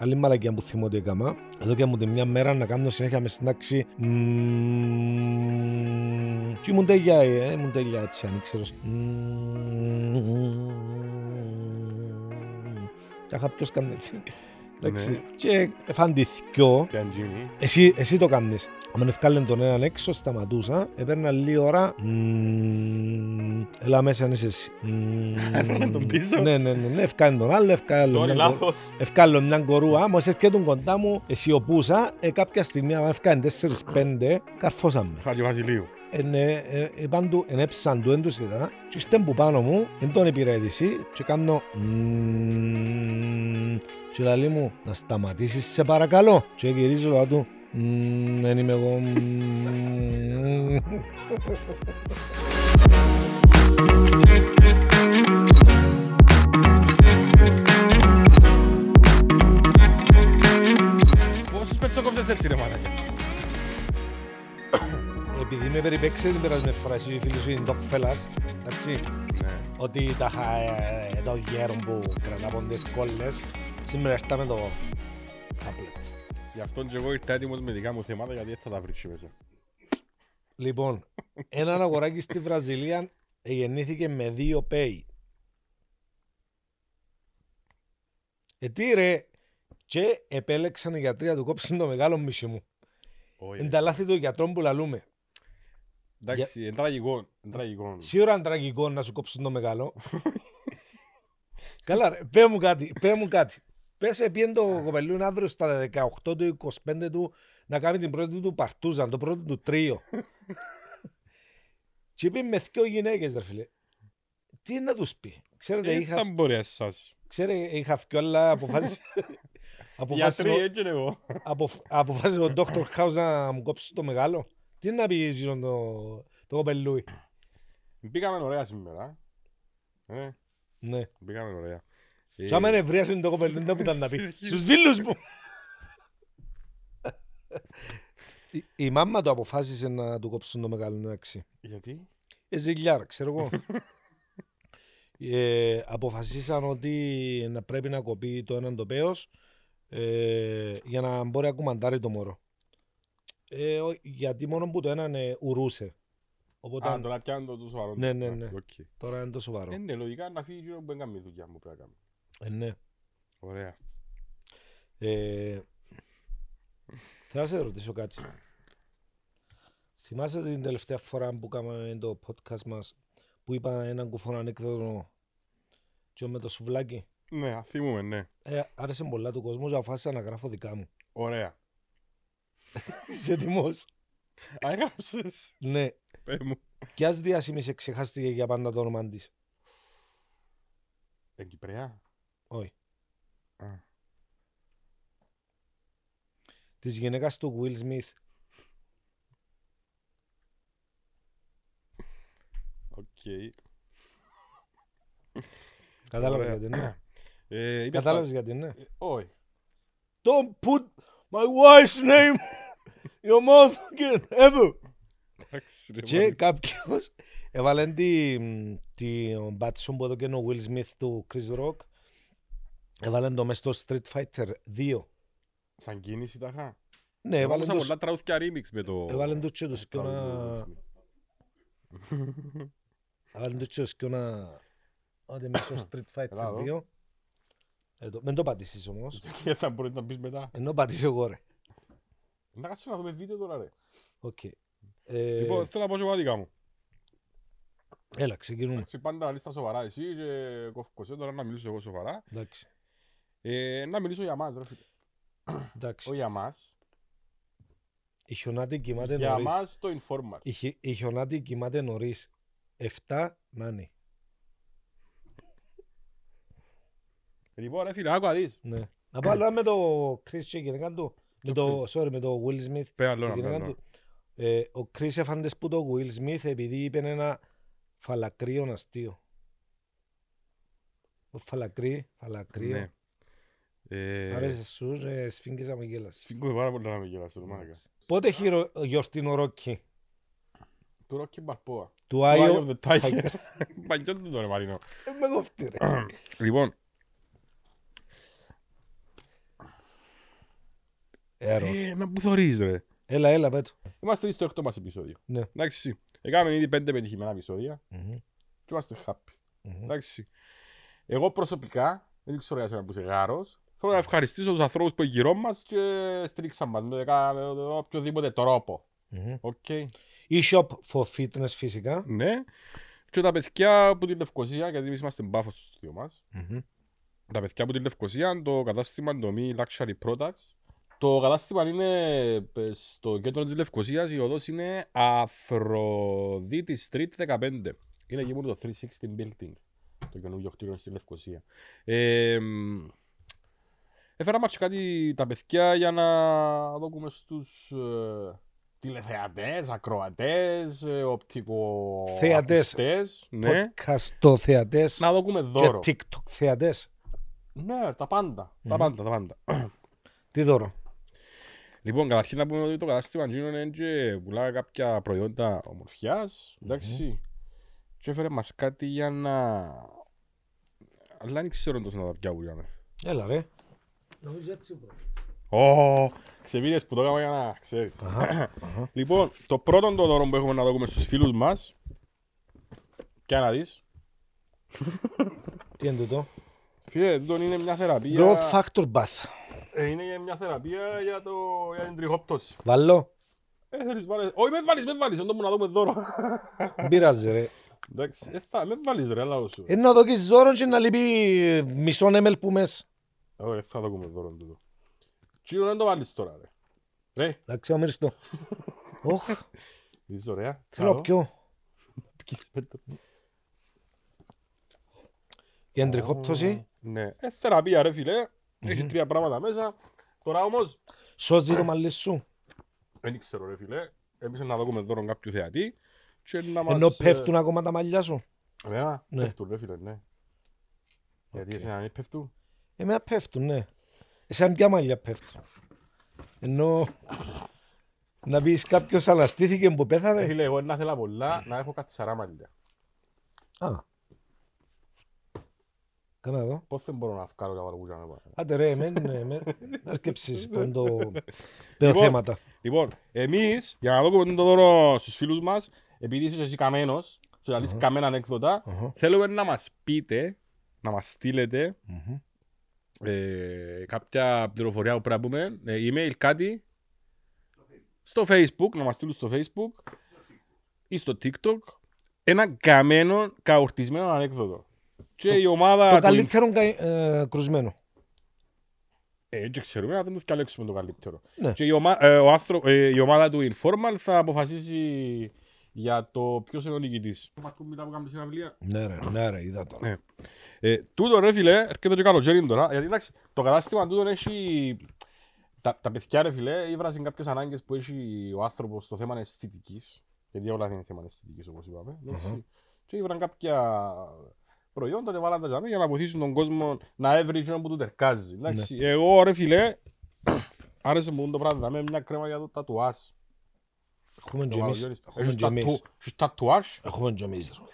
άλλη μαλακιά που θυμώ ότι έκαμα, εδώ και μου τη μια μέρα να κάνω συνέχεια με συνάξη. μμμ, Και ήμουν τέλεια, ε, ήμουν τέλεια έτσι, αν ήξερες. Μμμ. Τα είχα ποιος κάνει έτσι. Ναι. Εντάξει. Και εφαντηθκιό. Ήταν Τζίνι. Εσύ, εσύ το κάνεις. Αν ευκάλεν τον έναν έξω, σταματούσα. Έπαιρνα λίγη ώρα. Μμμ, Έλα μέσα αν είσαι εσύ. Μμμ. Έπαιρνα τον πίσω. Ναι, ναι, ναι. ναι. Ευκάλεν τον άλλο, ευκάλεν Sorry, τον άλλο. λάθος. Ευκάλω μια κορούα, μόλις έρχεται τον κοντά μου, εσιωπούσα, ε, κάποια στιγμή, αν ευκάλει 4-5, καρφώσαμε. Χάτζη Βασιλείου. Εν, ε, ε, επάν του, ενέψαν του, εν τους είδα, και είστε που πάνω μου, εν τον επιρέτηση, και κάνω «Μμμ». και λαλεί μου, να σταματήσεις σε παρακαλώ, και γυρίζω λαλά του, «Μμμ, δεν είμαι εγώ, μμμ». Πόσους πετσοκόψες έτσι ρε μάνα. επειδή με περιπέξε την περασμένη φορά, εσύ η φίλη σου είναι ντοκφέλας, εντάξει, Ναι. ότι τα είχα ε, εδώ γέρο που κρατάπον τις κόλλες. Σήμερα ήρθα με το τάμπλετ. Γι' αυτόν και εγώ ήρθα έτοιμος με δικά μου θέματα γιατί δεν θα τα βρίσκω μέσα. Λοιπόν, ένα αγοράκι στη Βραζιλία γεννήθηκε με δύο πέι. Ε, τι ρε, και επέλεξαν οι γιατροί να του κόψουν το μεγάλο μισή μου. Όχι, ρε. Είναι τα λάθη των γιατρών που λαλούμε. Εντάξει, είναι τραγικό. Είναι τραγικό. Σίγουρα είναι τραγικό να σου κόψουν το μεγάλο. Καλά, ρε, πέ μου κάτι, πέ μου κάτι. Πες επειδή το κοπελούν αύριο στα 18 του, 25 του, να κάνει την πρώτη του παρτούζαν, το πρώτο του τρίο. και είπε με δυο γυναίκες, ρε φίλε. Τι να τους πει. Ξέρετε, Ε, Θα είχα, μπορεί να σας. ξέρε, είχα δυο, αλλά αποφάσισε... αποφάσισε Γιατροί ο- έτσι ε, εγώ. αποφ- αποφάσισε ο Dr. House να μου κόψει το μεγάλο. Τι να πει γύρω το, το κοπελούι. Μπήκαμε ωραία σήμερα. Ε, Ναι. μπήκαμε ωραία. Ε, Κι άμα νευρίασε το κοπελούν, δεν ήταν να πει. Συνεχίζει. Στους φίλους μου. Η- Η μάμα του αποφάσισε να του κόψουν το μεγάλο εντάξει. Γιατί? Ε, ζηλιάρα, ξέρω εγώ. Ε, αποφασίσαν ότι να πρέπει να κοπεί το έναν το πέος ε, για να μπορεί να κουμαντάρει το μωρό. Ε, ο- γιατί μόνο που το έναν ε, ουρούσε. Οπότε Α, τώρα πιάνω το του σοβαρό. Ναι, ναι, Α, ναι. οκ. τώρα είναι το σοβαρό. Ε, Ναι, λογικά να φύγει γύρω που δεν κάνει δουλειά μου πρέπει να κάνει. Ε, ναι. Ωραία. Ε, θέλω να σε ρωτήσω κάτι. Θυμάσαι την τελευταία φορά που κάναμε το podcast μας που είπα έναν κουφόν ανέκδοτο και με το σουβλάκι. Ναι, θυμούμε, ναι. Ε, άρεσε πολλά του κόσμου και αποφάσισα να γράφω δικά μου. Ωραία. Είσαι έτοιμος. Α, έγραψες. ναι. Πες μου. Κι ας διάσημης ξεχάστηκε για πάντα το όνομα της. Εν Κυπρέα. Όχι. Α, Της γυναίκας του Will Smith. Οκ. Κατάλαβες Ωραία. γιατί ναι. Ε, είπες Κατάλαβες τα- γιατί ναι. Ε, Όχι. Don't put my wife's name in your mouth again ever. Εντάξει, ρε, Και μάνα. κάποιος έβαλε την τη, μπάτσο που έδωκε ο Will Smith του Chris Rock έβαλε το μες στο Street Fighter 2. Σαν κίνηση τα είχα. Ναι, Εγώ έβαλε άκουσα τους, πολλά τραούθκια remix με το... έβαλε τους και τους και το να... album του Will Smith. Έβαλε τους και τους και να... Άντε μες στο Street Fighter Μπράβο. 2. Εδώ, μην το πατήσεις όμως. Γιατί θα μπορείς να πεις μετά. Ενώ πατήσω εγώ ρε. Να κάτσω να δούμε βίντεο τώρα ρε. Οκ. Ε, ναι. Λοιπόν, θέλω να πω και εγώ τα δικά μου. Έλα, ξεκινούμε. Εντάξει, πάντα λίστα σοβαρά εσύ και κοφκοσέ τώρα να μιλήσω εγώ σοβαρά. Εντάξει. Ε, να μιλήσω για μας ρε φίλε. Εντάξει. Όχι για μας. Η χιονάτη κοιμάται Για νωρίς. μας το informal. Η, χι- η χιονάτη κοιμάται νωρίς. 7 να είναι. Λοιπόν ρε φίλε, άκουα δεις. Ναι. Να πάω άλλα με το Chris και η γυναίκα του. Με το, sorry, με το Will Smith. Πέρα Η λόγω, γυναίκα του. Ε, ο Chris έφανε που το Will Smith επειδή είπε ένα φαλακρύο αστείο. Το φαλακρύ, φαλακρύο. Ναι. Ε, Άρεσε σου, ε, σφίγγισα με γέλας. Σφίγγω πάρα πολύ να με γελάσω, ρε μάνα. Πότε έχει ρο- γιορτήν ο Ρόκι Του Rocky Balboa. του Το Άιο. Eye of the Tiger. Παγιόν του το ρε Μαρίνο. Ε, Με κοφτεί ρε. Λοιπόν, Έρω. Ε, μα που θωρείς ρε. Έλα, έλα, πέτω. Είμαστε ήδη στο έκτο μας επεισόδιο. Ναι. Εντάξει. Έκαμε ήδη πέντε πετυχημένα επεισόδια Μμμ, και είμαστε happy. μμμ. Εντάξει. Εγώ προσωπικά, δεν ξέρω για σένα που είσαι γάρος, θέλω να ευχαριστήσω τους ανθρώπους που είναι γύρω μας και στήριξαν μας με κα- με οποιοδήποτε τρόπο. Μμμ. Οκ. E-shop for fitness φυσικά. Ναι. Και τα παιδιά από την Λευκοσία, γιατί εμείς είμαστε μπάφος στο στούντιο μας, Μμμ. τα παιδιά από την Λευκοσία, το κατάστημα το Mi Luxury Products. Το κατάστημα είναι ε, στο κέντρο της Λευκοσίας, η οδός είναι Αφροδίτης Street 15. Είναι εκεί που είναι το 360 Building, το καινούργιο κτίριο στη Λευκοσία. Ε, μ, έφερα μας και κάτι τα παιδιά για να δούμε στους ε, τηλεθεατές, ακροατές, ε, Θεατές. οπτικοακουστές. Ναι. Podcast θεατές Να δούμε και δώρο. TikTok θεατές. Ναι, τα παντα Μμμ. Τα πάντα, τα πάντα. Τι δώρο. Λοιπόν, καταρχήν να πούμε ότι το κατάστημα Gino Nenge πουλά κάποια προϊόντα ομορφιάς, εντάξει. Και έφερε μας κάτι για να... Αλλά δεν ξέρω τόσο να τα πια που είχαμε. Έλα, ρε. Ω, ξεβίδες που το έκανα για να ξέρεις. Αχα, αχα. Λοιπόν, το πρώτο το δώρο που έχουμε να δούμε στους φίλους μας, και να δεις, Τι είναι τούτο. φίλε, τούτον είναι μια θεραπεία, Growth Factor Bath. ε, είναι μια θεραπεία για, το, για την τριχόπτωση. Βαλώ. Ε, θέλεις βάλες, όχι μες βάλεις, μες βάλεις, όντω μου να δούμε δώρο. Μην πειράζει, ρε. Εντάξει, ε, θα, μες βάλεις ρε, αλλά σου. Ε, να δοκίσεις δώρο και να λείπει μισό ML που μες. Ωραία, θα δούμε δώρο τούτο. Τσίνο δεν το βάλεις τώρα, ρε. Ρε, Εντάξει, αμύριστο. Ωχ, είσαι ωραία. θέλω πιο. Η εντριχόπτωση Ναι, ε, θεραπεία ρε φίλε. Έχει τρία πράγματα μέσα. Τώρα όμως, σώζει το μαλλί σου. δεν ξέρω ρε φίλε. Εμείς να δούμε δώρο κάποιου θεατή. Και να μας... Ενώ πέφτουν ακόμα τα μαλλιά σου. ε, Ωραία, Ναι. πέφτουν ρε φίλε, ναι. Γιατί εσένα δεν πέφτουν. Εμένα πέφτουν, ναι. Εσένα ποια μαλλιά πέφτουν. Ενώ να πεις κάποιος αναστήθηκε που Ρε πέθανε. Ε, φίλε, εγώ να θέλω πολλά να έχω κατσαρά μαλλιά. Α. Κάνα εδώ. Πώς δεν μπορώ να βγάλω τα βαργούζια να πάω. Άντε ρε, μεν, ναι, μεν. Αρκεψεις Ναι. πέντο θέματα. Λοιπόν, εμείς, για να δούμε το δώρο στους φίλους μας, επειδή είσαι και εσύ καμένος, και θα λύσεις καμένα ανέκδοτα, Αχα. θέλουμε να μας πείτε, να μας στείλετε Μμμ. ε, κάποια πληροφορία που πρέπει να πούμε, ε, email κάτι, στο facebook, να μας στείλουν στο facebook ή στο tiktok, ένα καμένο, καορτισμένο ανέκδοτο. Και η ομάδα... Το του- καλύτερο κα- ε, κρουσμένο. Ε, δεν ξέρουμε, να δεν το διαλέξουμε το καλύτερο. Ναι. Και η, ομα, ε, ο άνθρω, ε, η ομάδα του Informal θα αποφασίσει για το ποιος είναι ο νικητής. Ναι ρε, ναι ρε, είδα το. Ναι. Ε, τούτο ρε φίλε, έρχεται και καλοκαίρι τώρα. Γιατί εντάξει, το κατάστημα τούτο έχει. Τα, τα παιδιά ρε φίλε, ήβρασαν κάποιες ανάγκες που έχει ο άνθρωπος στο θέμα αισθητικής. Γιατί όλα είναι θέμα αισθητικής όπως είπαμε. εντάξει. Και ήβραν κάποια προϊόντα και βάλαν τα τζαμί για να βοηθήσουν τον κόσμο να έβρει εκείνο που του τερκάζει. Εντάξει, Εγώ ρε φίλε, άρεσε μου το πράγμα με μια κρέμα για το τατουάζ. Έχουμε Το και εμείς. καλοκαίρι. Έχουμε Έχεις και εμείς. τατου- έχεις τατουάζ, Έχουμε και εμείς. ρε.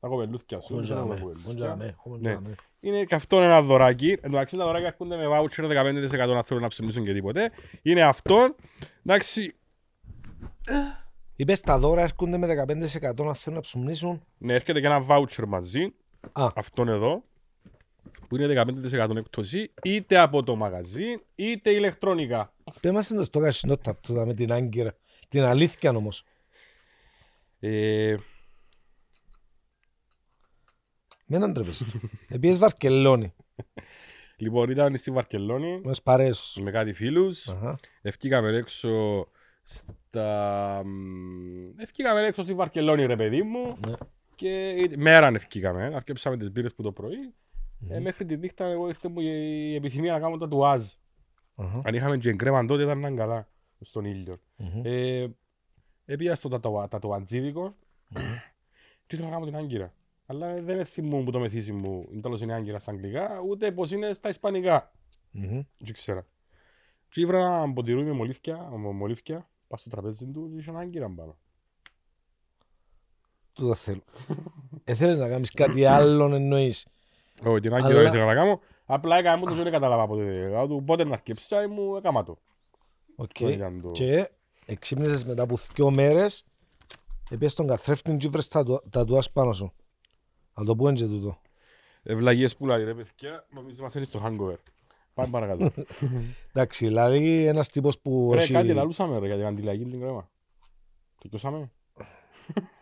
τα κοπελούθκια σου. Έχουμε και δεν αμέ. έχουμε Έχουμε και κοπελούθκια. αμέ. Έχουμε και Ναι. αμέ. Είναι και αυτό ένα δωράκι. Εν τω μεταξύ τα δωράκια ακούνται με voucher 15% να θέλουν να ψημίσουν και τίποτε. Είναι αυτό. Εντάξει, Είπες τα δώρα έρχονται με 15% να θέλουν να ψουμνήσουν. ναι, έρχεται και ένα voucher μαζί. Α. Αυτόν εδώ. Που είναι 15% εκπτωσή είτε από το μαγαζί είτε ηλεκτρονικά. Πες μας είναι το στόχα συνόταπτο με την άγκυρα. Την αλήθεια όμως. Ε, Μην αντρέπεις. Επίσης Βαρκελόνη. λοιπόν, ήταν στη Βαρκελόνη Με τις παρέες σου. με κάτι φίλους. Αχα. Ευκήκαμε έξω στα... μ, Ευκήκαμε έξω στη Βαρκελόνη ρε παιδί μου Ναι. και είτε- μέραν ευκήκαμε, αρκέψαμε τις μπύρες που το πρωι ε, μέχρι τη νύχτα εγώ ήρθε μου η η επιθυμία να κάνω τατουάζ. Αχα. Αν είχαμε και εγκρέμαν τότε ήταν καλά στον ήλιο. Μμμ. Ε, έπια στο τατουα- τατουατζίδικο και ήθελα να κάνω την άγκυρα. Αλλά δεν θυμούμαι που το μεθύσι μου είναι τέλος είναι άγκυρα στα αγγλικά, ούτε πως είναι στα ισπανικά. Μμμ. Δεν ξέρα. Και ήβρα ένα ποτηρούι με μολύφκια, με μολύφκια, πας στο τραπέζι του και είχε έναν κύρα πάνω. Του το θέλω. Ε, θέλεις να κάνεις κάτι άλλο εννοείς. Όχι, την Αλλά- άγκυρα δεν ήθελα να κάνω. Απλά έκανα μου το ζωή, δεν κατάλαβα ποτέ. Του πότε να αρκέψει, τσάι μου, έκανα το. Οκ. Το ήταν το- Και εξύπνησες μετά από δύο μέρες, έπιες τον καθρέφτη και βρες τα του- τα τουάς πάνω σου. Θα το πούμε και τούτο. Ευλαγίες που λέει ρε παιδιά, νομίζω μας είναι στο hangover. Πάμε παρακάτω. Εντάξει, δηλαδή ένας τύπος που Ρε έχει- κάτι λαλούσαμε ρε για την αντιλαγή την κρέμα. Το κιώσαμε.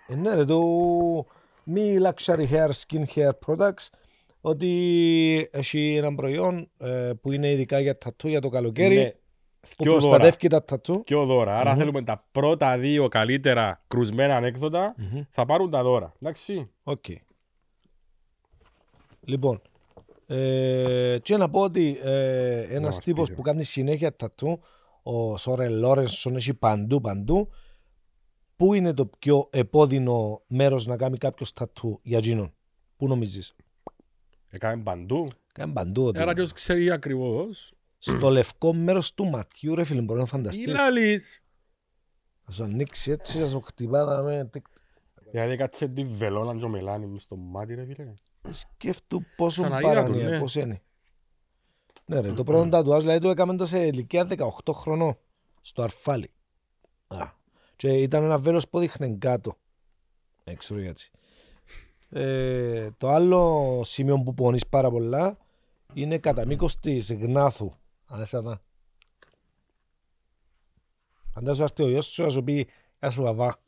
Ε, ναι ρε, το μη luxury hair, skin hair products, ότι έχει ένα προϊόν ε, που είναι ειδικά για τατού για το καλοκαίρι, Ναι. που Θκυο δώρα. προστατεύει τα τατού. Πιο δώρα. Άρα Μμμ. θέλουμε τα πρώτα δύο καλύτερα κρουσμένα ανέκδοτα Μμμ. θα πάρουν τα δώρα. Εντάξει. Οκ. Λοιπόν, ε, και να πω ότι ε, Να ένας μας τύπος πείτε. που κάνει συνέχεια τατού, ο Σόρεν Λόρενσον, έχει παντού παντού. Πού είναι το πιο επώδυνο μέρος να κάνει κάποιος τατού για τζίνον. Πού νομίζεις. Έκαμε παντού. Κάνει παντού. Ότι... Άρα ποιος ξέρει ακριβώς. Στο λευκό μέρος του ματιού, ρε φίλε, μπορεί να Τι φανταστείς. λαλείς. Θα σου ανοίξει έτσι, θα σου χτυπάμε. Δηλαδή κάτσε τη βελόνα και ο μελάνι μες στο μάτι ρε φίλε. Σκέφτου πόσο Ξαναγίδα τον, παρανομιακός είναι. Ναι ρε, το πρώτο τατουάζ δηλαδή το έκαμε το σε ηλικία 18 χρονών στο αρφάλι. Α. Και ήταν ένα βέλος που δείχνε κάτω. Δεν ξέρω γιατί. Ε, το άλλο σημείο που πονείς πάρα πολλά είναι κατά μήκος της γνάθου. Αν είσαι εδώ. Φαντάζομαι να έρθει ο γιος σου να σου πει «Γεια σου παπά».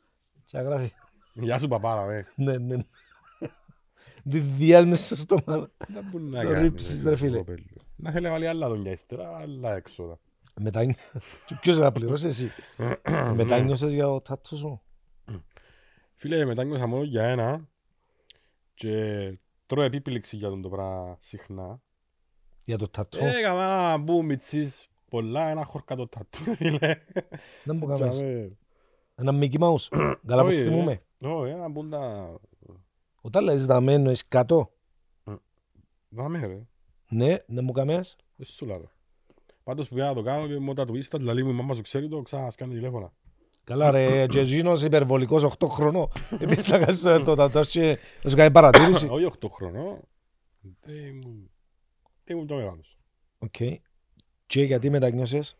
Και να γράφει Γεια σου παπάρα ρε. ναι, ναι. ναι. Τη διάλυσε στο στόμα. Δεν μπορεί να Το κάνεις, ρίψεις, ρε φίλε. κοπέλι. Να θέλει να βάλει άλλα δουλειά ύστερα, άλλα έξοδα. Μετά Ποιος θα πληρώσει εσύ. Μετά νιώσες για το τάτου σου. Φίλε, μετά νιώσα μόνο για ένα και τρώω επίπληξη για τον το πράγμα συχνά. Για το τάτου. Ε, Έκανα να μπουν μητσίς πολλά, ένα χορκατό τατού, φίλε. Δεν μπορώ να κάνεις. Τζαμε. Ένα Mickey Mouse. Καλά που Ε, Όχι, θυμούμε. Όχι, να μπουν τα... Όταν λες δαμένο είσαι κάτω. Δάμε ρε, Ναι, δεν μου καμέας. δεν σου λέω. Πάντως που πήγα να το κάνω και μου τα του ίστα, δηλαδή μου η μάμα σου ξέρει το, ξανά σκάνε τηλέφωνα. Καλά ρε, Τζετζίνος υπερβολικός 8 χρονών. Επίσης να κάνεις το τάτου και να σου κάνει παρατήρηση. Όχι 8 χρονών, δεν ήμουν- δεν ήμουν το μεγάλος. Οκ. Και γιατί μετανιώσες.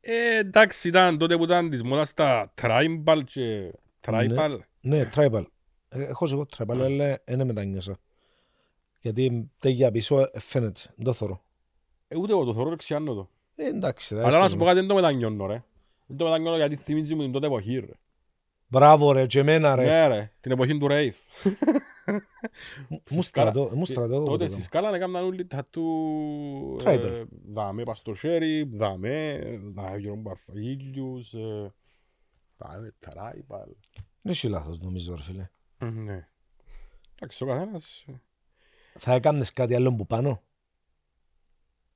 Ε, εντάξει, ήταν τότε που ήταν της μόδας τα tribal και tribal. Ναι, tribal. Ε, Έχω εγώ tribal, αλλά δεν μετανιώσα. Γιατί τέγια πίσω ε, φαίνεται, δεν το θωρώ. Ε, ούτε εγώ το θεωρώ, ξιάνω το. Ε, εντάξει, ρε, Αλλά να άστο σου με. πω κάτι, δεν το μετανιώνω ρε. Δεν το μετανιώνω γιατί θυμίζει μου την τότε εποχή ρε. Μπράβο ρε, και εμένα ρε. Ναι ρε, την εποχή του rave. Μου στρατώ, μου στρατώ. εγώ Τότε το στη σκάλα έκαναν όλοι τα του... ε, Tribal. Δαμέ Παστοσέρι, δαμέ, δαμέ Γιώργο Μπαρφαγίλιους, ε, δαμέ tribal. κάνω. Δεν έχει λάθος νομίζω ρε φίλε. Ναι. Εντάξει, ο καθένας. Θα έκαμνες κάτι άλλο που πάνω.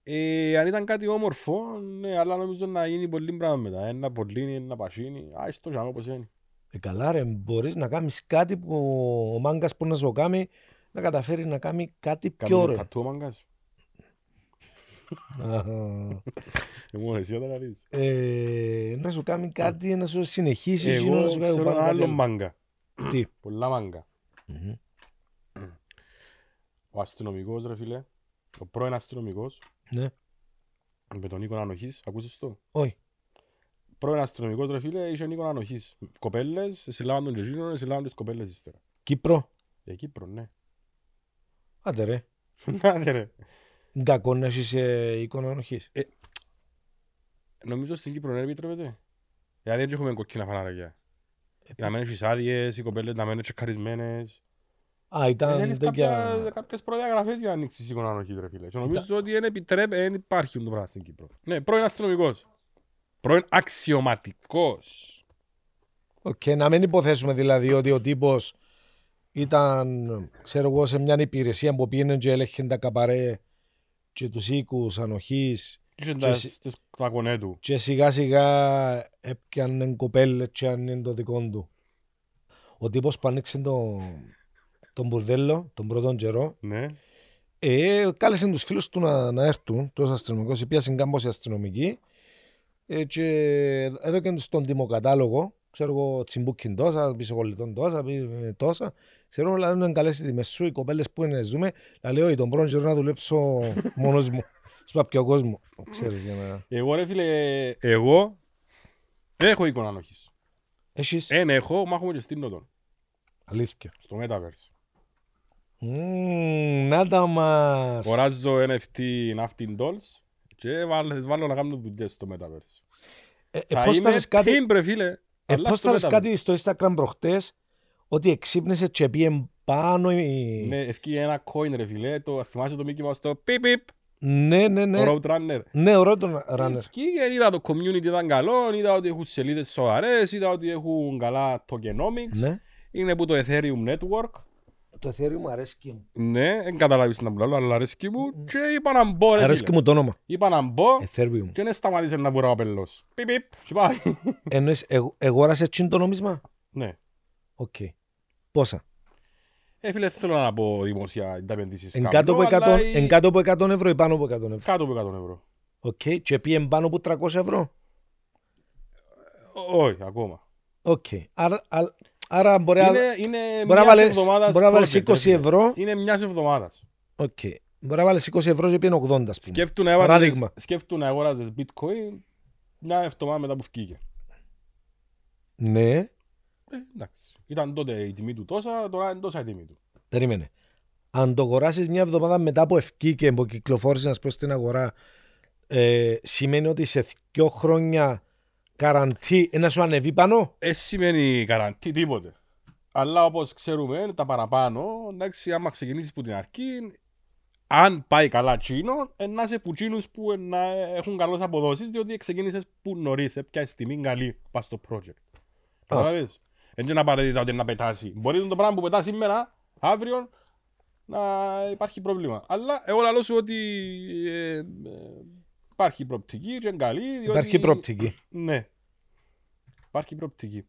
Ε, αν ήταν κάτι όμορφο, ναι, αλλά νομίζω να γίνει πολύ πράγμα μετά. Ένα πολύ, ένα πασίνι. Α, στο ζάμε όπως είναι. Ε, καλά ρε, μπορείς να κάνεις κάτι που ο μάγκας που να σου κάνει να καταφέρει να κάνει κάτι πιο Κάμε το ωραίο. τατού ο μάγκας. Αχα. Ε, Μόνο εσύ όταν αρέσει. Ε, να σου κάνει κάτι, να σου συνεχίσεις. Εγώ να σου κάνει ξέρω πάνω ένα κάτι άλλο άλλο. μάγκα. Τι. Πολλά μάγκα. Μμμ. Ο αστυνομικός ρε φίλε. Ο πρώην αστυνομικός. Ναι. Με τον Νίκο Ανοχής. Ακούσες το. Όχι. Πρώην αστυνομικός ρε φίλε είχε Νίκο Ανοχής. Κοπέλες, συλλάβαν τον Λεζίνο, συλλάβαν τις κοπέλες ύστερα. Κύπρο. Για Κύπρο, ναι. Άντε ρε. Άντε, ρε. Είναι Κακό να έχεις ε, εικόνα ανοχής. Νομίζω στην Κύπρο δεν επιτρέπεται. Δηλαδή δεν έχουμε κοκκίνα φανάρια. Να μένουν στις άδειες, οι κοπέλες να μένουν τσεκαρισμένες. Α, ήταν Θέλεις Ε, κάποια- τέτοια... κάποιες προδιαγραφές για να ανοίξεις εικόνα ανοχής, ρε φίλε. Και νομίζω ότι δεν επιτρέπει, δεν υπάρχει το πράγμα στην Κύπρο. Ναι, πρώην αστυνομικός. Πρώην αξιωματικός. Οκ, να μην υποθέσουμε δηλαδή ότι ο τύπος ήταν, ξέρω εγώ, σε μια υπηρεσία που πήγαινε και έλεγχε τα καπαρέ και τους οίκους ανοχής Είχε Και τα- εσύ- στις- τα κονέ του. και σιγά σιγά έπιανε κοπέλε και αν το δικό του. Ο τύπος που άνοιξε το, τον μπουρδέλο, τον πρώτον καιρό, Ναι. Ε, κάλεσε τους φίλους του να, να έρθουν, τόσο αστυνομικός, πιάσαν κάμποση αστυνομικοί ε, και έδωκαν τους τον τιμοκατάλογο, ξέρω εγώ τσιμπούκιν τόσα, πισωγολιτών τόσα, πι- ε, τόσα. Ξέρω αλλά δεν καλέσει τη μεσού, οι κοπέλες που είναι ζούμε, αλλά λέω «Ει, τον πρώτο καιρό να δουλέψω μόνος μου. Σου είπα πιο κόσμο. Ξέρεις για να... Εγώ ρε φίλε, εγώ δεν έχω εικόνα ανοχής. Έχεις Εν έχω, μάχομαι και στείλω τον. Ε, αλήθεια. Στο Metaverse. Μμμ, Να τα μας. Αγοράζω NFT Naftin Dolls και βάλ- βάλω να κάνω δουλειές στο Metaverse. Ε, ε, Θα πώς θα είμαι λες κάτι- pimp, ρε φίλε. ε, αλλά πώς στο θα λες Metaverse. κάτι στο Instagram προχτές ότι εξύπνησε και πήγε πάνω η... Ναι, ευκεί ένα coin ρε φίλε, το θυμάσαι το Mickey Mouse το πιπ πιπ, Ναι, ναι, ναι. το Roadrunner. Ναι, ωραίο τον Runner. Ευκεί και είδα το community ήταν καλό, είδα ότι έχουν σελίδες σοβαρές, είδα ότι έχουν καλά tokenomics, Ναι. είναι που το Ethereum Network. Το Ethereum μου αρέσκει. Ναι, δεν καταλάβεις τι να μιλάω, αλλά αρέσκει μου και είπα να μπω ρε Ναι. Αρέσκει φίλε. μου Ε. το όνομα. Είπα να μπω Ethereum. και δεν σταματήσε να βουρά ο πελός. Πιπ πιπ, και πάει. Εννοείς, εγ- εγόρασε τσιν το νομίσμα. Ναι. Οκ. Πόσα. Ε, φίλε, θέλω να πω δημοσία τα επενδύσεις Εν κάνω, κάτω από αλλά 100 η- εν κάτω από 100 ευρώ ή πάνω από 100 ευρώ. Κάτω από 100 ευρώ. Οκ. Και πήγε πάνω από 300 ευρώ. Ό- Όχι, ακόμα. Οκ. Άρα- α- Άρα μπορεί να- Είναι, είναι μπορεί να μιας βάλεις- εβδομάδας μπορεί να βάλεις project, ρε 20 φίλε. ευρώ. Είναι μιας εβδομάδας. Οκ. Μπορεί να βάλεις 20 ευρώ και πήγαινε 80 ας πούμε. Σκέφτου να, έβαλες, Παράδειγμα. σκέφτου να αγοράζεις bitcoin μια εβδομάδα μετά που βγήκε. Ναι. Ε, εντάξει. Ήταν τότε η τιμή του τόσα, τώρα είναι τόσα η τιμή του. Περίμενε. Αν το αγοράσεις μια εβδομάδα μετά από ευκήκε, που κυκλοφόρησες να πω στην αγορά, ε, σημαίνει ότι σε δύο χρόνια καραντί ένα σου ανεβεί πάνω. Ε, σημαίνει καραντή, τίποτε. Αλλά όπως ξέρουμε, τα παραπάνω, εντάξει, άμα ξεκινήσεις που την αρχή, αν πάει καλά τσίνο, ε, να είσαι που τσίνους που ε, να έχουν καλές αποδόσεις, διότι ξεκίνησες που νωρίς, ε, πιάσεις τιμή καλή, πας στο project. Καταλαβες. Δεν είναι απαραίτητα ότι να πετάσει. Μπορεί το πράγμα που πετάς σήμερα, αύριο, να υπάρχει πρόβλημα. Αλλά εγώ λαλώ σου ότι ε, ε, υπάρχει προοπτική και είναι καλή. Διότι... Υπάρχει πρόπτικη. Ναι. Υπάρχει προοπτική.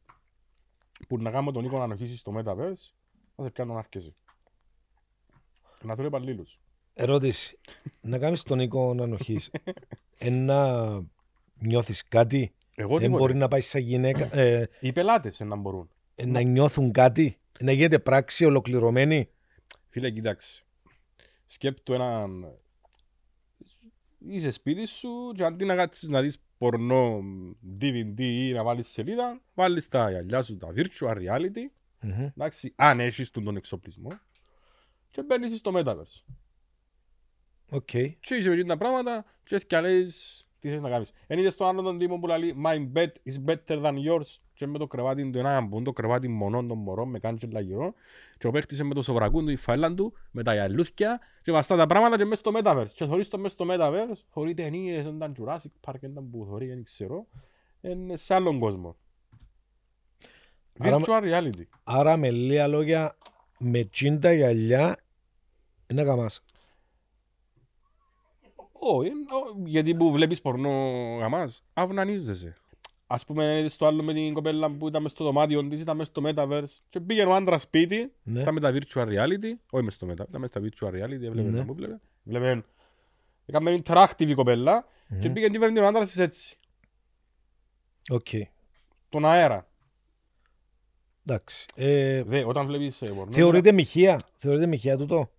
Που να κάνω τον Νίκο να ανοχήσει στο Metaverse, να σε πιάνω να αρκέσει. Να θέλω υπαλλήλους. Ερώτηση. να κάνεις τον Νίκο να ανοχή. Ένα νιώθεις κάτι. Εγώ Δεν τίποτε. μπορεί να πάεις σαν γυναίκα. ε, Οι πελάτες ε, να μπορούν. ε, να νιώθουν κάτι. Να γίνεται πράξη ολοκληρωμένη. Φίλε, κοίταξε. Σκέπτου έναν. Είσαι σπίτι σου και αντί να κάτσεις να δεις πορνό DVD ή να βάλεις σελίδα, βάλεις τα γυαλιά σου, τα virtual reality, Μμμ. εντάξει, αν έχεις τον, τον εξοπλισμό, και μπαίνεις στο Metaverse. Οκ. Και είσαι με τα πράγματα και έτσι και λες τι θες να κάνεις. Εν είδες τον άλλο τον τύπο που λέει «My bed is better than yours» και με το κρεβάτι του έναν που το κρεβάτι μονών των μωρών με κάνει και λαγυρό και ο παίχτησε με το σοβρακούν του η φαίλα του με τα γυαλούθκια και βαστά τα πράγματα και μέσα στο Metaverse. Και θωρείς το μέσα στο Metaverse, θωρεί ταινίες, ήταν Jurassic Park, ήταν που θωρεί, δεν ξέρω. Είναι σε άλλον κόσμο. Άρα- Virtual reality. Άρα με λίγα λόγια, με τσίντα γυαλιά, είναι γαμάς. Όχι, ο- γιατί που βλέπεις πορνό γαμάς, αυνανίζεσαι. Ας πούμε, είδες το άλλο με την κοπέλα που ήταν μες στο δωμάτιο της, ήταν μες στο Metaverse και πήγαινε ο άντρας σπίτι, Ναι. ήταν με τα Virtual Reality, όχι μες στο Meta, ήταν μες στα Virtual Reality, έβλεπε Ναι. τα που βλέπε. Βλέπε, έκαμε interactive η κοπέλα και Μμμ. πήγαινε και φέρνει ο άντρας της έτσι, Οκ. τον αέρα. Εντάξει. Ε, Δε, όταν βλέπεις ε, πορνό... θεωρείται μοιχεία. Θεωρείται μοιχεία τούτο.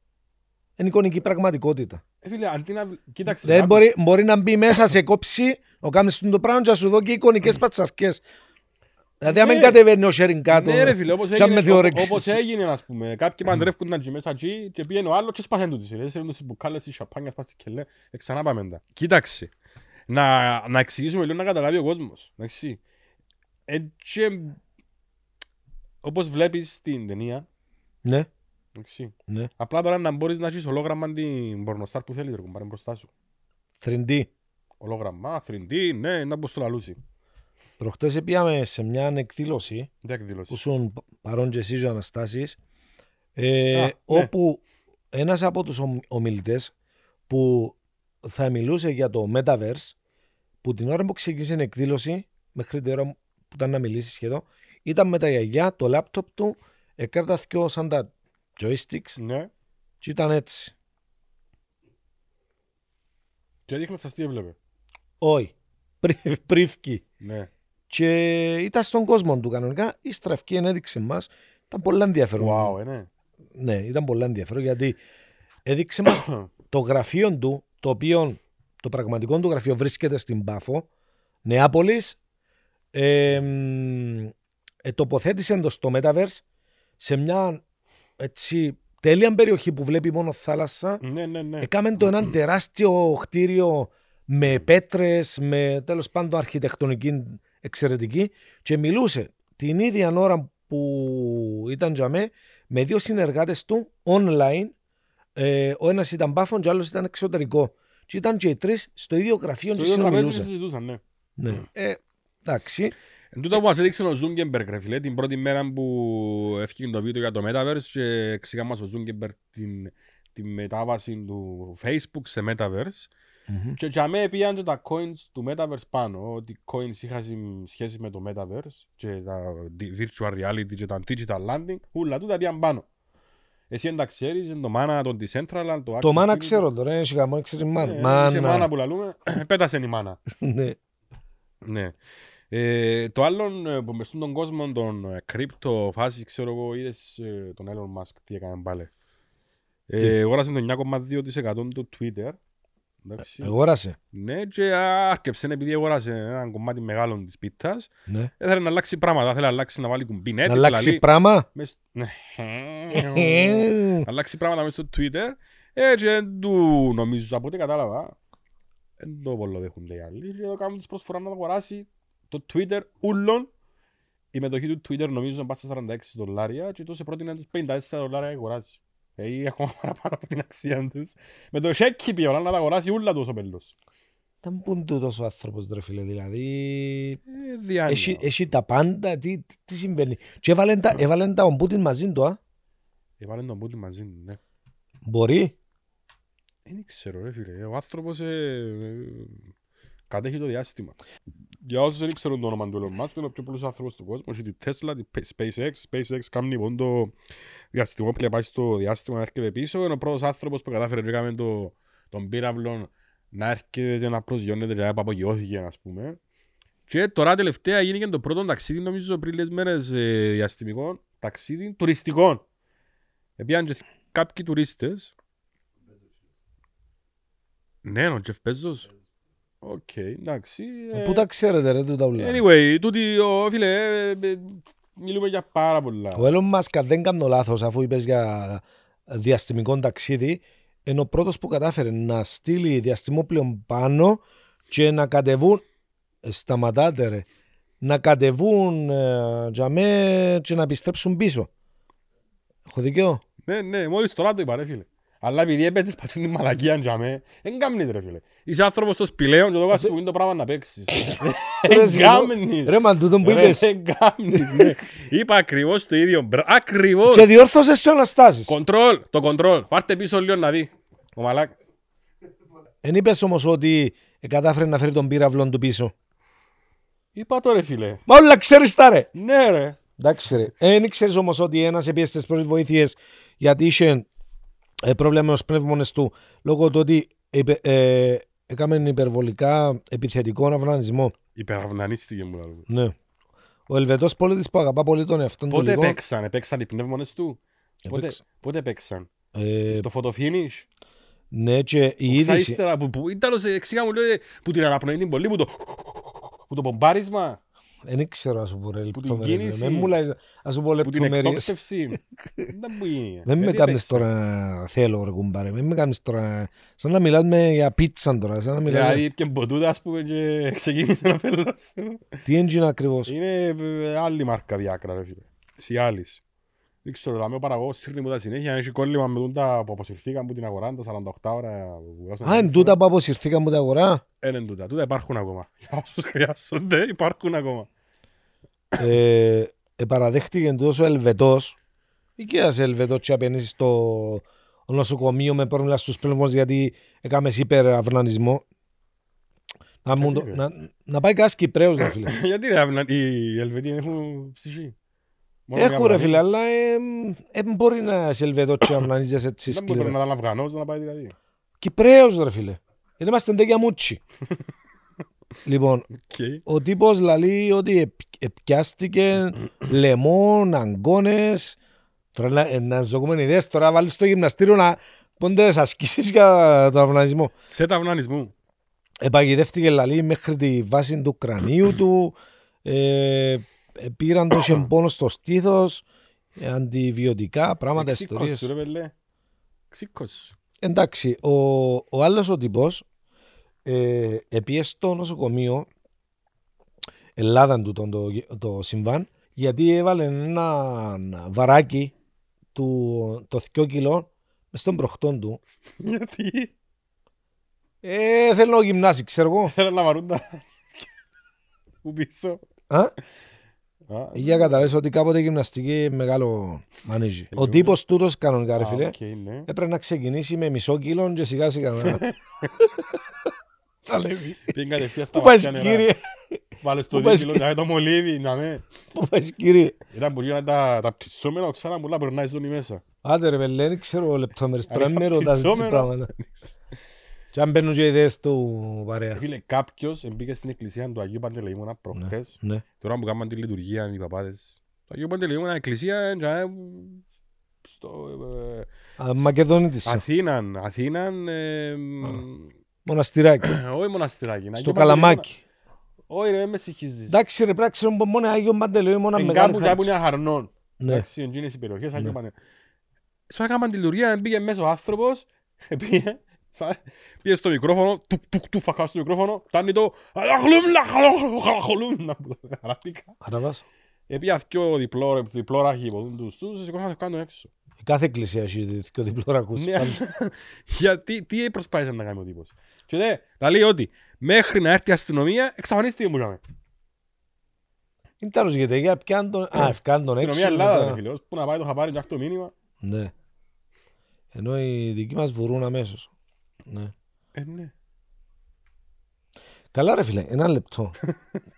Είναι εικονική πραγματικότητα. Ε, φίλε, αντί να... βλ- Κοίταξε, Δηλαδή άκου. μπορεί, μπορεί να μπει μέσα, σε κόψει, ο κάμεις του το πράγμα και να σου δω και Ε. εικονικές πατσαρκές. Δηλαδή αν Ναι. δεν κατεβαίνει ο sharing κάτω. Ναι ρε φίλε, όπως σαν με έγινε, διόρεξη. όπως έγινε ας πούμε, κάποιοι παντρεύκονταν και μέσα εκεί και πήγαινε ο άλλος και σπάσαν τούτης. ρε. Έσαιρνουν τις μπουκάλες, τις σαπάνια, σπάσαν και λέει, «Ε, ξανά πάμε τα. Κοίταξε, να, να εξηγήσουμε λίγο να καταλάβει ο κόσμος, εντάξει. Έτσι, όπως βλέπεις στην ταινία, Ναι, εντάξει. ναι. Απλά τώρα να μπορείς να έχεις ολόγραμμα την πορνοστάρ που θέλεις, ρε κουμπάρε μπροστά σου. 3D. Ολόγραμμα, 3D, ναι, να μπορείς το λαλούσει. Προχτές πήγαμε σε μια εκδήλωση Τι που εκδήλωση. ήσουν παρόν και εσείς ο Αναστάσης, ε, Α, ναι. όπου ένας από τους ομ- ομιλητές που θα μιλούσε για το Metaverse, που την ώρα που ξεκίνησε την εκδήλωση, μέχρι την ώρα που ήταν να μιλήσει σχεδόν, ήταν με τα γιαγιά, το λάπτοπ του, έκανα δυο σαν τα joysticks Ναι, και ήταν έτσι. και δείχνω σας τι έβλεπε. Όχι, πρι- πρίφκι. Ναι. Και ήταν στον κόσμο του κανονικά, η στραφική ενέδειξε μας, ήταν πολύ ενδιαφέρον. Wow, ε, ναι. Ναι, ήταν πολύ ενδιαφέρον γιατί έδειξε μας το γραφείο του, το οποίο Το πραγματικό του γραφείο βρίσκεται στην Πάφο, Νεάπολης. Ε, μ, ε, τοποθέτησε το στο Metaverse σε μια έτσι, τέλεια περιοχή που βλέπει μόνο θάλασσα. Ναι, ναι, ναι. Έκαμε το έναν τεράστιο χτίριο με πέτρες, με τέλος πάντων αρχιτεκτονική εξαιρετική και μιλούσε την ίδια ώρα που ήταν για μέ, με δύο συνεργάτες του online. Ε, ο ένας ήταν πάφων και ο άλλος ήταν εξωτερικό. Και ήταν και οι τρεις στο ίδιο γραφείο Στο και ίδιο τραπέζι συνομιλούσαν. συζητούσαν, ναι. Ναι. Ε, εντάξει. Εν τούτο που μας έδειξε ο Ζούγκεμπερ, ρε φίλε, την πρώτη μέρα που έφυγε το βίντεο για το Metaverse και ξηγά μας ο Ζούγκεμπερ την, την μετάβαση του Facebook σε Metaverse και για μένα πήγαν και τα coins του Metaverse πάνω, ότι coins είχαν συμ- σχέση με το Metaverse και τα di- virtual reality και τα digital landing, όλα τούτα πήγαν πάνω. Εσύ δεν τα ξέρεις, είναι το μάνα των Decentraland, το Το Axie μάνα Infinity. ξέρω τώρα, έχει καμό εξαιρετή μάνα. Ε, Είσαι μάνα Μάνα. που λαλούμε, πέτασε η μάνα. Ναι. Ναι. Ε, το άλλο ε, που μες στον κόσμο των ε, κρύπτο φάσης, ξέρω εγώ, είδες ε, τον Elon Musk τι έκανε πάλι. Ε, αγόρασε το 9,2% του Twitter. Ε, Εντάξει. Εγόρασε. Ναι, και άρκεψε επειδή αγόρασε ένα κομμάτι μεγάλο της πίτας. Ναι. Έθελε να αλλάξει πράγματα, θέλει να αλλάξει να βάλει δηλαδή, κουμπινέτη. Να αλλάξει Ε, πράγμα. Ναι. Να αλλάξει πράγματα μέσα στο Twitter. Ε, και του νομίζω από ό,τι κατάλαβα, δεν το πολλοδέχονται οι άλλοι. Και το κάνουν τους προσφορά να αγοράσει το Twitter ούλων. Η μετοχή του Twitter νομίζω πάει στα 46 δολάρια και τόσο πρότεινε τους 54 δολάρια να αγοράσει. Ε, ή ακόμα παραπάνω από την αξία τους. Με το σέκι πει όλα να τα αγοράσει ούλα τους ο πελός. Δεν πούν του τόσο άνθρωπος ρε φίλε, δηλαδή. Ε, διάνοια. Έχει, έχει τα πάντα, τι, τι συμβαίνει. Και έβαλεν Ναι. τα, έβαλεν τα ο Πούτιν μαζί του, α. Έβαλε Ε, τον πούτι μαζί του, ναι. Ε, Μπορεί. Δεν ξέρω ρε φίλε, ο άνθρωπος ε, ε, κατέχει το διάστημα. Για όσους δεν ξέρουν το όνομα του Elon Musk, είναι ο πιο πολλούς άνθρωπος του κόσμου. Έχει τη Tesla, τη Pe- SpaceX, SpaceX κάνει λοιπόν το διαστημό που πάει στο διάστημα να έρχεται πίσω. Είναι ο πρώτος άνθρωπος που κατάφερε να κάνει το, τον πύραυλο να έρχεται και να προσγειώνεται και να απογειώθηκε ας πούμε. Και τώρα τελευταία γίνηκε το πρώτο ταξίδι, νομίζω πριν λίγες μέρες ε, διαστημικών, ταξίδι τουριστικών. Επίαν και κάποιοι τουρίστες ναι, ο Τζεφ Μπέζος. Οκ, εντάξει. ε, Πού τα ξέρετε ρε τούτα ούλα. Anyway, τούτη, ο, φίλε, ε, ε, μιλούμε για πάρα πολλά. Ο Έλλον Μάσκ, αν δεν κάνω λάθος, αφού είπες για διαστημικό ταξίδι, είναι ο πρώτος που κατάφερε να στείλει διαστημόπλαιο πάνω και να κατεβούν... Ε, Σταματάτε ρε. Να κατεβούν ε, για μέ και να επιστρέψουν πίσω. Έχω δικαίω. Ναι, ναι, μόλις τώρα το είπα, ρε φίλε. Αλλά επειδή έπαιξες πατήν την μαλακία για με, δεν κάμνεις ρε φίλε. Είσαι άνθρωπος στο σπηλαίο και το βάζεις σου είναι το πράγμα να παίξεις. Ρε, Δεν συγγνώ- κάμνεις. Ρε μα τούτο που Ρε, είπες. Δεν κάμνεις, ναι. Είπα ακριβώς το ίδιο. μπρα- Ακριβώς. Και διόρθωσες σε αναστάσεις. Κοντρόλ, το κοντρόλ. Πάρτε πίσω λίγο να δει. Ο μαλάκ. Εν είπες όμως ότι ε, κατάφερε να φέρει τον πύραυλο του πίσω. Είπα το ρε φίλε. Μα όλα ξέρεις τα ρε. Ναι ρε. Εντάξει ρε. Ε, δεν ξέρεις όμως ότι ένας επίε στις πρώτες βοήθειες γιατί είχε ε, πρόβλημα με τους πνεύμονες του λόγω του ότι υπε, ε, έκαμε υπερβολικά επιθετικό αυνανισμό. Υπεραυνανίστηκε μου λαλό. Ναι. Ο Ελβετός πολίτης που αγαπά πολύ τον εαυτό του λοιπόν, Πότε λίγο. παίξαν, παίξαν οι πνεύμονες του. Πότε, Έπαιξε. πότε παίξαν. Ε, Στο φωτοφίνις. ναι και η Σαν είδηση. ύστερα που, που ήταν ως εξήγα μου λέει που την αναπνοή την πολύ που το, που το πομπάρισμα, Δεν ξέρω ας σου πω ρε την λεπτομέρειες. κίνηση. ρε. Μεν μου λες ας σου πω που την λεπτομέρειες. εκτόξευση. Δεν μου Ε, γίνει. Δεν με Γιατί κάνεις παίξαν. τώρα θέλω ρε κουμπάρε. Δεν με κάνεις τώρα σαν να μιλάς με για πίτσα τώρα. Σαν να μιλάς. Δηλαδή και μποτούτα ας πούμε και ξεκίνησε να φέλος. Τι έγινε ακριβώς. Είναι ε, άλλη μάρκα διάκρα ρε φίλε. Εσύ άλλης. Δεν ξέρω, δάμε ο παραγωγός σύρνει μου τα συνέχεια, έχει κόλλημα με τούντα που αποσυρθήκαν που την αγορά, τα 48 ώρα που Α, εν βγάζουν τηλέφωνο. τούτα που αποσυρθήκαμε από την αγορά. Εν εν τούτα, τούτα υπάρχουν ακόμα. Για όσους χρειάζονται, υπάρχουν ακόμα. ε, ε, παραδέχτηκε τόσο Ελβετό. Οικίασε Ελβετός και απέναντι στο νοσοκομείο με πρόβλημα στους πνεύμους γιατί έκαμε υπεραυνανισμό. Να, μου το- είπε? να, να πάει κανένας Κυπρέος ρε φίλε. Γιατί ρε, αυναν- οι Ελβετοί έχουν ψυχή. Μόνο μια Έχουν ρε Αυνανή. φίλε, αλλά ε, ε, μπορεί να είσαι Ελβετό και αυνανίζεσαι έτσι Δεν μπορεί να σκληρά. ήταν Αφγανός να πάει δηλαδή. Κυπρέος ρε φίλε. Γιατί είμαστε τέτοια μούτσι. λοιπόν, Οκ. ο τύπος λαλεί ότι επ- επιάστηκε λεμόν, αγκώνες. Τώρα να, ε, να ζωγούμε ιδέες, τώρα βάλεις στο γυμναστήριο να πόντε ασκήσεις για τον αυνανισμό. Σε ταυνανισμού. επαγγεδεύτηκε λαλή μέχρι τη βάση του κρανίου του, ε, ε, πήραν το σε πόνο στο στήθος, ε, αντιβιωτικά, πράγματα, Ξήκος σου, ιστορίες. ρε πέλε. Ξήκος σου. Εντάξει, ο, ο άλλος ο τύπος ε, επίες στο νοσοκομείο Ελλάδα του το, το συμβάν γιατί έβαλε ένα βαράκι του, το 2 κιλό μες στον προχτόν του. Γιατί Ε, θέλω να γυμνάσει, ξέρω εγώ. θέλω να βαρούν τα... Που πίσω. Α? Α, Για να καταλάβεις ότι κάποτε η γυμναστική μεγάλο μανίζει. Ο Τελειώνει. τύπος τούτος κανονικά ρε α, φίλε. οκ, ναι. Έπρεπε να ξεκινήσει με μισό κιλό και σιγά σιγά να... Τα λέει. Πήγαινε κατευθείαν στα Πού πας βαθιά νερά. κύριε, Βάλες στο Πού πας, δίπλο, να το μολύβι, να με. πού πας κύριε. Ήταν που γίνανε τα τα πτυσσόμενα οξάνα που περνάει στον μέσα. Άντε ρε παιδί, δεν ξέρω λεπτομέρειες τώρα, Ανοιχτά μην με ρωτάς έτσι πτυσσόμενα. πράγματα. Και αν μπαίνουν και ιδέες του παρέα. Φίλε, κάποιος εμπήκε στην εκκλησία του Αγίου Παντελεήμωνα προχτές. Ναι. Τώρα που κάνουμε τη λειτουργία οι παπάδες. Το Αγίου Παντελεήμωνα εκκλησία ε, ε, στο ε, Α, Μακεδονίτης, Αθήναν, Αθήναν, ε, μοναστηράκι, όχι μοναστηράκι. είναι στο Αγίου Καλαμάκι. Παντελεήμωνα. Όχι ρε, με συγχύζεις. Εντάξει ρε, πρέπει να ξέρουμε μόνο Άγιο Μαντελεό, μόνο Εν κάπου μεγάλο κάπου χάρτη. είναι αχαρνών. Ναι. Εντάξει, εντζήνες οι περιοχές, Άγιο Ναι. Παντελεήμωνα. Σου έκαναν τη λειτουργία, πήγε μέσα ο άνθρωπος, πήγε, σαν- πήγε στο μικρόφωνο, τουκ τουκ τουκ φακά στο μικρόφωνο, φτάνει το «Αλαχλούμ, λαχλούμ, λαχλούμ», να πω, αραβικά. Αραβάς. Επήγε αυτοί διπλό, διπλό ράχι υποδούν τους τους, σηκώσαν να κάνουν έξω. Η Κάθε εκκλησία έχει και διπλό ρακούς. Ναι, αλλά- Γιατί, τι προσπάθησε να κάνει ο τύπος. Και λέει, να λέει ότι μέχρι να έρθει η αστυνομία, εξαφανίστηκε μου. Η Είναι τέλος γιατί για πιάν τον... Α, ευκάν τον έξω. αστυνομία Ελλάδα, μετά- ρε φίλε, που να πάει το χαπάρι, να έρθει το μήνυμα. Ναι. Ενώ οι δικοί μας βουρούν αμέσως. Ναι. Ε, ναι. Καλά ρε φίλε, ένα λεπτό.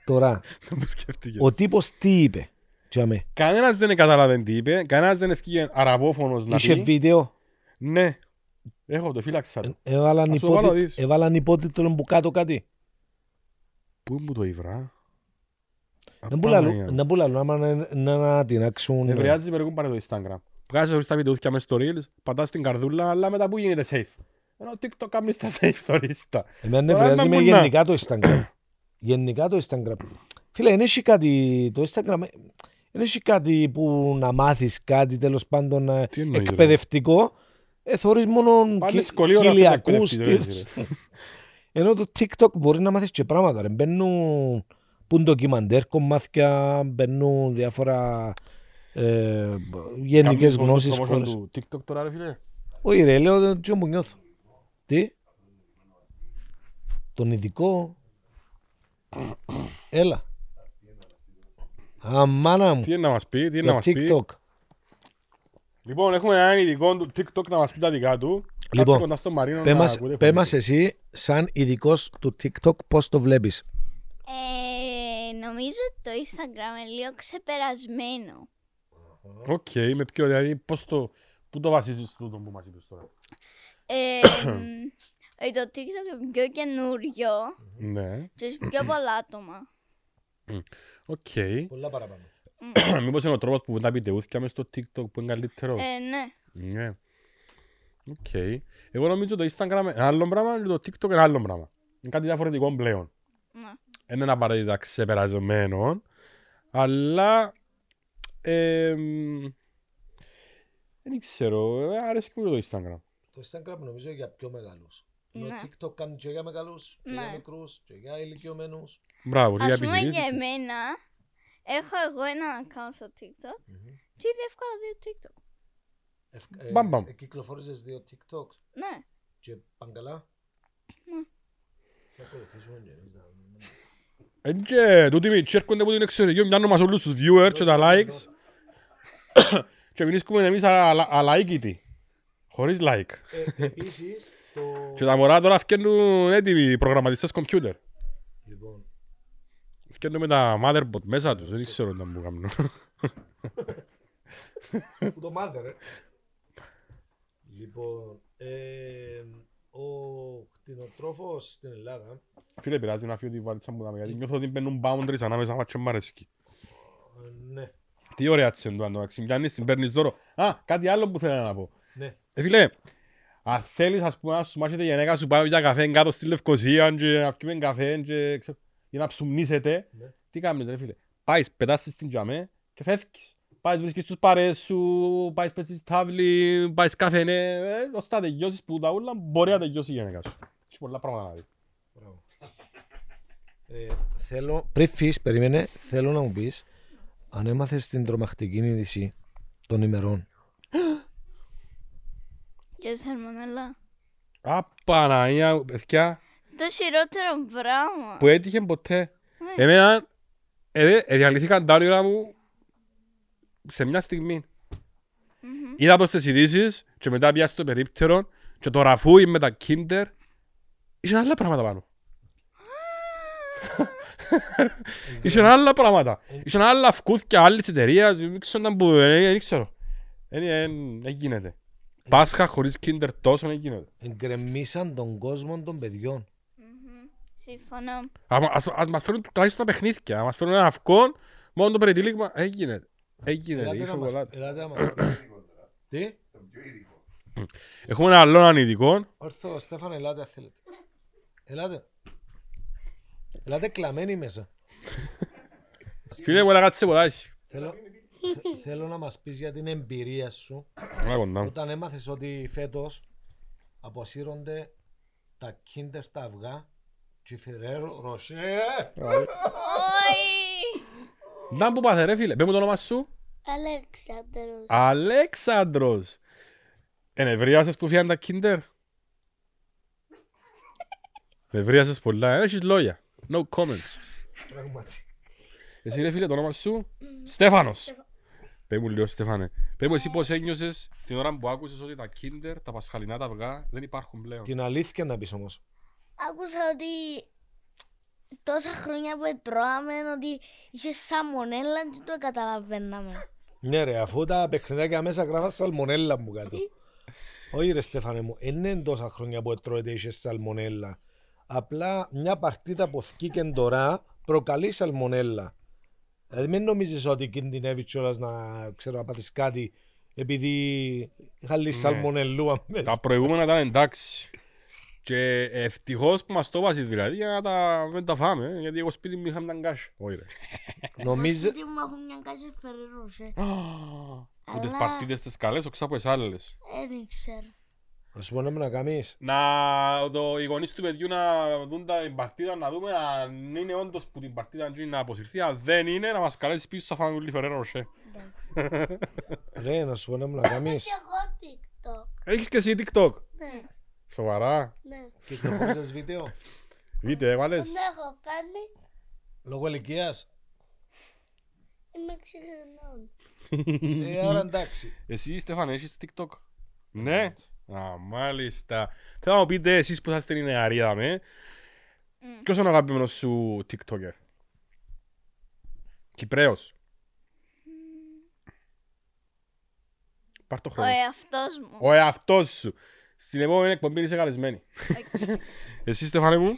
Τώρα, Να μου σκέφτηκες. ο τύπος τι είπε. Για με. Κανένας δεν κατάλαβε τι είπε, κανένας δεν ευκήγε αραβόφωνος να Είχε πει. βίντεο. Ναι. Έχω το φύλαξα. Ε- ρε. Έβαλαν Ας το βάλω, υπότι- δεις. έβαλαν υπότιτλο που κάτω κάτι. Πού μου το ήβρα. Να πουλαλούν, να πουλαλούν, άμα να- να να τεινάξουν. Ευρεάζει Ε, περίπου πάρε το Instagram. Βγάζεις χωρίς τα βιντεούθια μες στο Reels, πατάς την καρδούλα, αλλά μετά που γίνεται safe. Ενώ TikTok κάνεις τα safe θωρίστα. Εμένα Τώρα βράζει να με μου να. γενικά το Instagram. γενικά το Instagram. Φίλε, δεν έχει κάτι το Instagram. ε, Δεν έχει κάτι που να μάθεις κάτι τέλος πάντων ε, Τι εννοείς, ρε. εκπαιδευτικό. Ε, θωρείς μόνο Πάνε κυ- σχολείο να φύγουν κυλιακούς εκπαιδευτικοί, ρε, στήθους. Ενώ το TikTok μπορεί να μάθεις και πράγματα. Ρε. Μπαίνουν που είναι ντοκιμαντέρ κομμάτια, μπαίνουν διάφορα ε, γενικές Κάνεις μόνο γνώσεις. promotion σχόλες. του TikTok τώρα ρε φίλε. Όχι ρε, λέω τι μου νιώθω. Τι? Τον ειδικό. Έλα. Αμάνα μου. Τι είναι να μας πει, τι είναι να Το μας πει. Ε, TikTok. Λοιπόν, έχουμε έναν ειδικό του TikTok να μας πει τα δικά του. Λοιπόν, Κάτσε κοντά στον Μαρίνο Πέ να μας- ακούτε Πέ φωνή. μας εσύ, σαν ειδικός του TikTok, πώς το βλέπεις. Ε, νομίζω ότι το Instagram είναι λίγο ξεπερασμένο. Οκ, με ποιο, δηλαδή πώς το... Πού το βασίζεις τούτο που μας είπες τώρα. Ε, μ, ε, το TikTok είναι πιο καινούριο Ναι. και έχει πιο πολλά άτομα. Ε, Οκ. Πολλά παραπάνω. Μήπως είναι ο τρόπος που τα βιντεούθηκια μες στο TikTok που είναι καλύτερος. Ε, ναι. Ναι. Οκ. Εγώ νομίζω το Instagram είναι άλλο πράγμα και το TikTok είναι άλλο πράγμα. Είναι κάτι διαφορετικό πλέον. ναι. Δεν είναι απαραίτητα ξεπερασμένο, αλλά ε, δεν ξέρω, ε, αρέσει και μου το Instagram. Το Instagram νομίζω για πιο μεγάλους. Ενώ το Ναι. TikTok κάνει και για μεγάλους, και για Ναι. μικρούς, και για ηλικιωμένους. Μπράβο, και για Ας πούμε επιχειρήσεις. για εμένα, έχω εγώ ένα account στο TikTok και ήδη εύκολα δύο TikTok. Μπαμ, μπαμ. ε, Κυκλοφορίζεις δύο TikTok. Ναι. Και πάνε καλά. Ναι. Θα ακολουθήσουμε και εμείς να- Ε, και τούτοι μητσί έρχονται από την εξωτερική, μοιάζουν μας όλους τους viewers και τα likes και βρίσκουμε εμείς αλα- αλαίκητοι, χωρίς like. Ε, επίσης, το... Και τα μωρά τώρα φτιάχνουν έτοιμοι προγραμματιστές κομπιούτερ. λοιπόν, Φτιάχνουν με τα motherboard μέσα τους, δεν ξέρω να μου κάνουν. που το μάδε, ρε. Λοιπόν, ε, ο κτηνοτρόφος στην Ελλάδα, Φίλε, πειράζει να φύγω τη βαλίτσα μου τα μεγάλη. Νιώθω ότι μπαίνουν boundaries ανάμεσα μας και μ' αρέσκει. ε, ναι, Τι ωραία τσεν του αν το αξιμιάνεις, την παίρνεις δώρο. Α, κάτι άλλο που θέλω να πω. ναι, Ε, φίλε, Αν θέλεις ας πούμε να σου μάχεται η γυναίκα σου πάνω για καφέ κάτω στη Λευκοσία και να πιούμε καφέ και, ξέρω, για να ψουμνίσετε, Ναι. τι κάνεις ρε φίλε. Πάεις, πετάς στην τζαμέ και φεύγεις. Πάεις βρίσκεις τους παρέες σου, πάεις πέτσεις στη τάβλη, πάεις καφενέ, ε, ως τα τελειώσεις που τα ούλα μπορεί να τελειώσει η γυναίκα σου. Έχεις πολλά πράγματα να δεις. Μπράβο. Ε, θέλω, πριν φύγεις, περίμενε, θέλω να μου πεις αν έμαθες την τρομακτική είδηση των ημερών. Για σαρμονέλα. Α, Παναγία, παιδιά, Το χειρότερο πράγμα. που έτυχε ποτέ. Ναι. Εμένα ε, ε, διαλύθηκαν τα όνειρα μου σε μια στιγμή. Μμμ. Είδα το στις ειδήσεις και μετά πια στο περίπτερο και το ραφούι με τα kinder είχε άλλα πράγματα πάνω. Είχε άλλα πράγματα. Είχε άλλα αυκούθια άλλης εταιρείας, δεν ξέρω να μπω, ε, δεν ξέρω. Δεν- Δεν δεν γίνεται. Πάσχα χωρίς kinder τόσο δεν γίνεται. Εγκρεμίσαν τον κόσμο των παιδιών. Μμμ. Συμφωνώ. Άμα- Ας ας μας φέρουν τουλάχιστον τα παιχνίδια, να μας φέρουν ένα αυκόν, μόνο το περιτύλιγμα, δεν γίνεται. Δεν γίνεται, η Ελάτε να μας- Ε, σοκολάτα. ελάτε να μας- Τι? Έχουμε ένα άλλο ανηδικό. Ορθό, Στέφανε, ελάτε αν θέλετε. Ελάτε. Ελάτε κλαμμένοι μέσα. Φίλε μου, να κάτσε ποτάσι. Θέλω, θε- θέλω να μας πεις για την εμπειρία σου Να κοντά μου. όταν έμαθες ότι φέτος αποσύρονται τα κίντερ τα αυγά και η Φεραίρο Ροσέ. Όχι! Να που πάθε ρε φίλε, πες μου το όνομα σου. Αλέξανδρος. Αλέξανδρος. Ενευρίασες που φύγαν τα κίντερ. Ενευρίασες πολλά, ε, έχεις λόγια. No comments. Πραγματικά. Εσύ ρε φίλε το όνομα σου, Στέφανος. Πες μου λίγο Στέφανε. Πες μου εσύ πώς ένιωσες την ώρα που άκουσες ότι τα κίντερ, τα πασχαλινά τα αυγά δεν υπάρχουν πλέον. Την αλήθεια να πεις όμως. Άκουσα ότι τόσα χρόνια που τρώαμε ότι είχες σαμονέλα και το καταλαβαίναμε. Ναι ρε, αφού τα παιχνιδάκια μέσα γράφας σαλμονέλα μου κάτω. Όχι ρε Στέφανε μου, εν είναι τόσα χρόνια που τρώετε είχες σαλμονέλα. Απλά μια παρτίδα που φκήκε τώρα προκαλεί σαλμονέλα. Δηλαδή μην νομίζεις ότι κινδυνεύει κιόλας να, ξέρω, να πάθεις κάτι επειδή είχα λύσει σαλμονελούα Τα μέσα. προηγούμενα ήταν εντάξει. Και ευτυχώς που μας το βάζει δηλαδή για να τα, δεν τα φάμε, ε, γιατί εγώ σπίτι μου είχα μια γκάσια. Όχι ρε. Νομίζω, Γιατί μου έχουν μια κάση φερρούς, ε. Που τις Αλλά- παρτίδες τις καλές, όξα από τις άλλες. Δεν ήξερα. να σου πω να μην να κάνεις. Να το οι γονείς του παιδιού να δουν τα την παρτίδα, να δούμε αν είναι όντως που την παρτίδα είναι να αποσυρθεί. Αν δεν είναι, να μας καλέσεις πίσω στα φάμε Φεραίρο Ροσέ. Ρε, να σου πω να μην να κάνεις. εγώ TikTok. Έχεις και εσύ TikTok. Ναι, Σοβαρά. ναι. Και το χωρίς βίντεο, Βίτε, έβαλες. έχω κάνει, λόγω ηλικίας. είμαι ξεχρονών. Ε, άρα εντάξει. Εσύ, Στέφαν, έχεις TikTok. Ναι. Α, μάλιστα. Θέλω να μου πείτε εσείς που είσαστε οι νεαροί, δάμε. Μμ. Ποιος είναι ο αγαπημένος σου TikToker. Κυπρέος. Πάρ' το Ο χρόνο. σου. εαυτός μου. Ο εαυτός σου. Στην επόμενη εκπομπή είσαι καλεσμένη. Εσύ, Στεφάνε μου,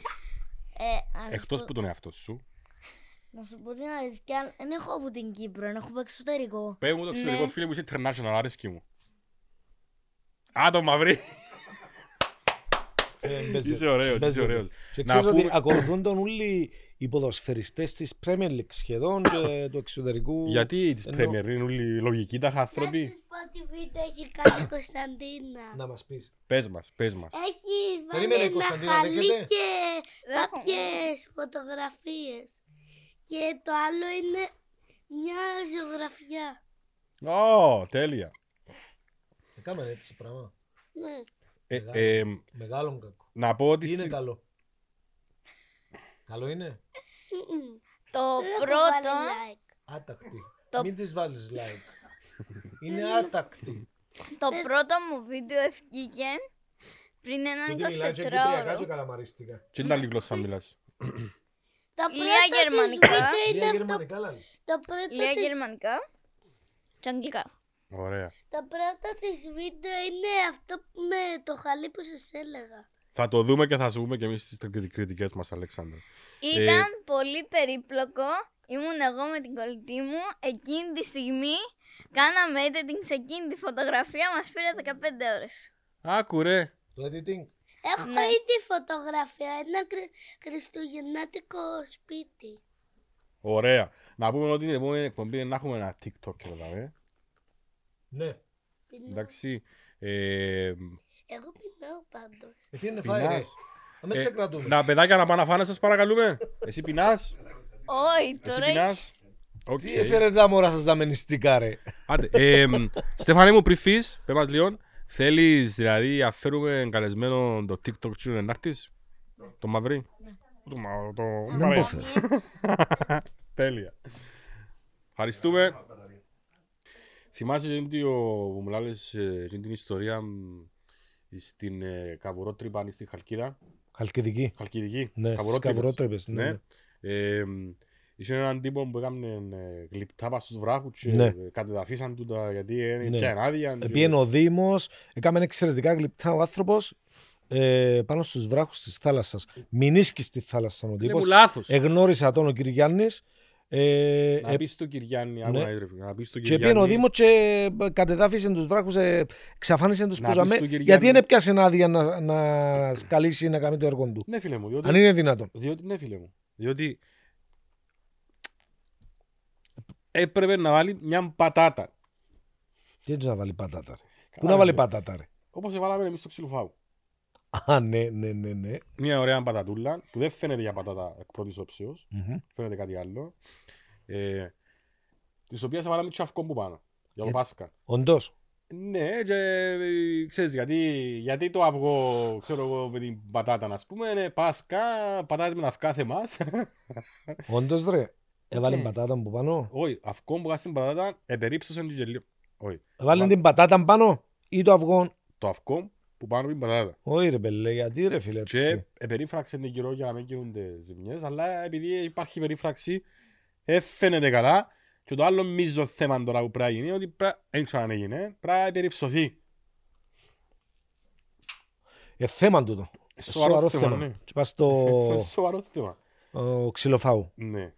Ε, αν εκτός σου- που τον εαυτό σου, Να σου πω την αλήθεια, δεν έχω από την Κύπρο, δεν έχω από εξωτερικό. πες μου το εξωτερικό Ναι. φίλε μου, είσαι international, αρέσκει μου. Α, το μαυρί. Ε, μπέζε. Είσαι ωραίος, είσαι Παίζεται. ωραίος. Και Να ξέρεις ότι πούμε- ακολουθούν τον όλοι οι ποδοσφαιριστές της Premier League σχεδόν και του εξωτερικού. Γιατί της Ενώ- Premier είναι όλη λογική τα χαθρότη. πω τι βίντεο έχει κάνει η Κωνσταντίνα. Να μας πεις. Πες μας, πες μας. Έχει βάλει Περίμενε, ένα Κωνσταντίνα, δέχεται? χαλί και Δεν έχω. κάποιες φωτογραφίες. Και το άλλο είναι μια ζωγραφιά. Ε. Ω, τέλεια. Κάμε έτσι πράγμα. Ναι. Ε, Μεγάλο. εμ, Μεγάλο κακό. Να πω ότι... Είναι στη- καλό. Καλό είναι. Μμμ. Το Δεν έχω πρώτο, βάλει like. Άτακτη. Το- Μην της βάλεις like. Είναι άτακτη. το πρώτο μου βίντεο ευκήκε πριν έναν Τούτη μιλάει και κυπριακά και 24ωρο. καλαμαριστικά. Τι είναι άλλη γλώσσα μιλάς. Το Ή πρώτο αγερμανικά. της βίντεο είναι Λίγα αυτό. γερμανικά λαλεί. Το πρώτο Λίγα της- γερμανικά και αγγλικά. Ωραία. Το πρώτο της βίντεο είναι αυτό που με το χαλί που σας έλεγα. Θα το δούμε και θα σου πούμε και εμείς τις κρι- κριτικές μας, Αλέξανδρο. Ε. Ήταν πολύ περίπλοκο. Ήμουν εγώ με την κολλητή μου. Εκείνη τη στιγμή κάναμε editing σε εκείνη τη φωτογραφία. Μας πήρε 15 ώρες. Άκου ρε. Το editing. Έχω Ναι. ήδη φωτογραφία. Ένα κρι- χριστουγεννάτικο σπίτι. Ωραία. Να πούμε ότι την επόμενη εκπομπή να έχουμε ένα TikTok και όλα, ε. Ναι. Εντάξει. Ε, Εγώ πεινάω πάντως. Εσύ είναι φάει, ρε. πεινάς. Ε, Να με σε κρατούμε. Να παιδάκια να πάνε να φάνε σας παρακαλούμε. Εσύ πεινάς. Όχι, Εσύ τώρα πεινάς. Οκ. Τι έφερε τα μωρά σας δαμενιστικά, ρε. Άντε, ε, μ, Στεφανέ μου, πριν φύγεις, πες μας λίγο, θέλεις δηλαδή να φέρουμε καλεσμένο το TikTok σου να έρθεις, το μαυρί. Ναι. Το μα- το μαυρί. Τέλεια. Ευχαριστούμε. Θυμάσαι εκείνη τη- ο- που μου λάλες ε, εκείνη την ιστορία μ, στην ε, Καβουρότρυπα, αν στη Χαλκίδα. Χαλκιδική. Χαλκιδική. Ναι, στις Καβουρότρυπες. καβρότρεπες. Ναι. Ναι. ναι. Ε, μ, Είχε έναν τύπο που έκανε ε, γλυπτά πάνω στους βράχους και Ναι. ε, κατεδαφίσαν του τα γιατί είναι Ναι. και άδεια. και- Επίεν ο Δήμος, έκαμε εξαιρετικά γλυπτά ο άνθρωπος ε, πάνω στους βράχους της θάλασσας. Μηνίσκει στη θάλασσα ο Είναι που τύπος. λάθος. Εγνώρισα τον ο Κυριάννης. Ε, Να ε, πεις στον Κυριάννη, άκου ναι. να ήρθε, να πεις στον και πήγαινε ο Κυριάννη, Δήμος και ε, κατεδάφισε τους βράχους, ε, ξαφάνισε τους Να που πεις ζαμέ, του Κυριάννη. γιατί δεν έπιασε άδεια να, να σκαλίσει να κάνει το έργο του. Ναι φίλε μου, διότι, Αν είναι δυνατόν. διότι, ναι φίλε μου, διότι έπρεπε να βάλει μια πατάτα. Τι έτσι να βάλει πατάτα. ρε. Πού να Κατάλαβες, βάλει ε. πατάτα, ρε. Όπως βάλαμε εμείς στο ξυλοφάγο. Α, ναι, ναι, ναι, ναι. Μια ωραία πατατούλα που δεν φαίνεται για πατάτα εκ πρώτης όψεως, Μμμ. φαίνεται κάτι άλλο. Ε, της οποίας βάλαμε τσαφκό που πάνω, για το Γιατί- Πάσχα. Όντως. Ναι, και, ε, ξέρεις γιατί, γιατί το αυγό, ξέρω εγώ, με την πατάτα, να πούμε, είναι Πάσχα, πατάτες με τα αυγά θεμάς. Όντως ρε, έβαλε Ναι. πατάτα που πάνω. Όχι, αυκό που είχα στην πατάτα, επερίψωσαν του γελίου. Όχι, Έβαλε Μα- την πατάτα πάνω ή το αυγό. το αυκό που πάνω από την πατάτα. Όχι ρε πέλε, γιατί ρε φίλε Και έτσι. επερίφραξε την καιρό για να μην γίνονται ζημιές, αλλά επειδή υπάρχει περίφραξη, έφαινεται καλά. Και το άλλο μίζο θέμα τώρα που πρέπει να γίνει, ότι πρέ- δεν ξέρω αν έγινε, πρέπει να επεριψωθεί. Ε, θέμα τούτο. Σοβαρό θέμα, ναι. Και πας στο Σοβαρό θέμα. ο, ξυλοφάου. Ναι.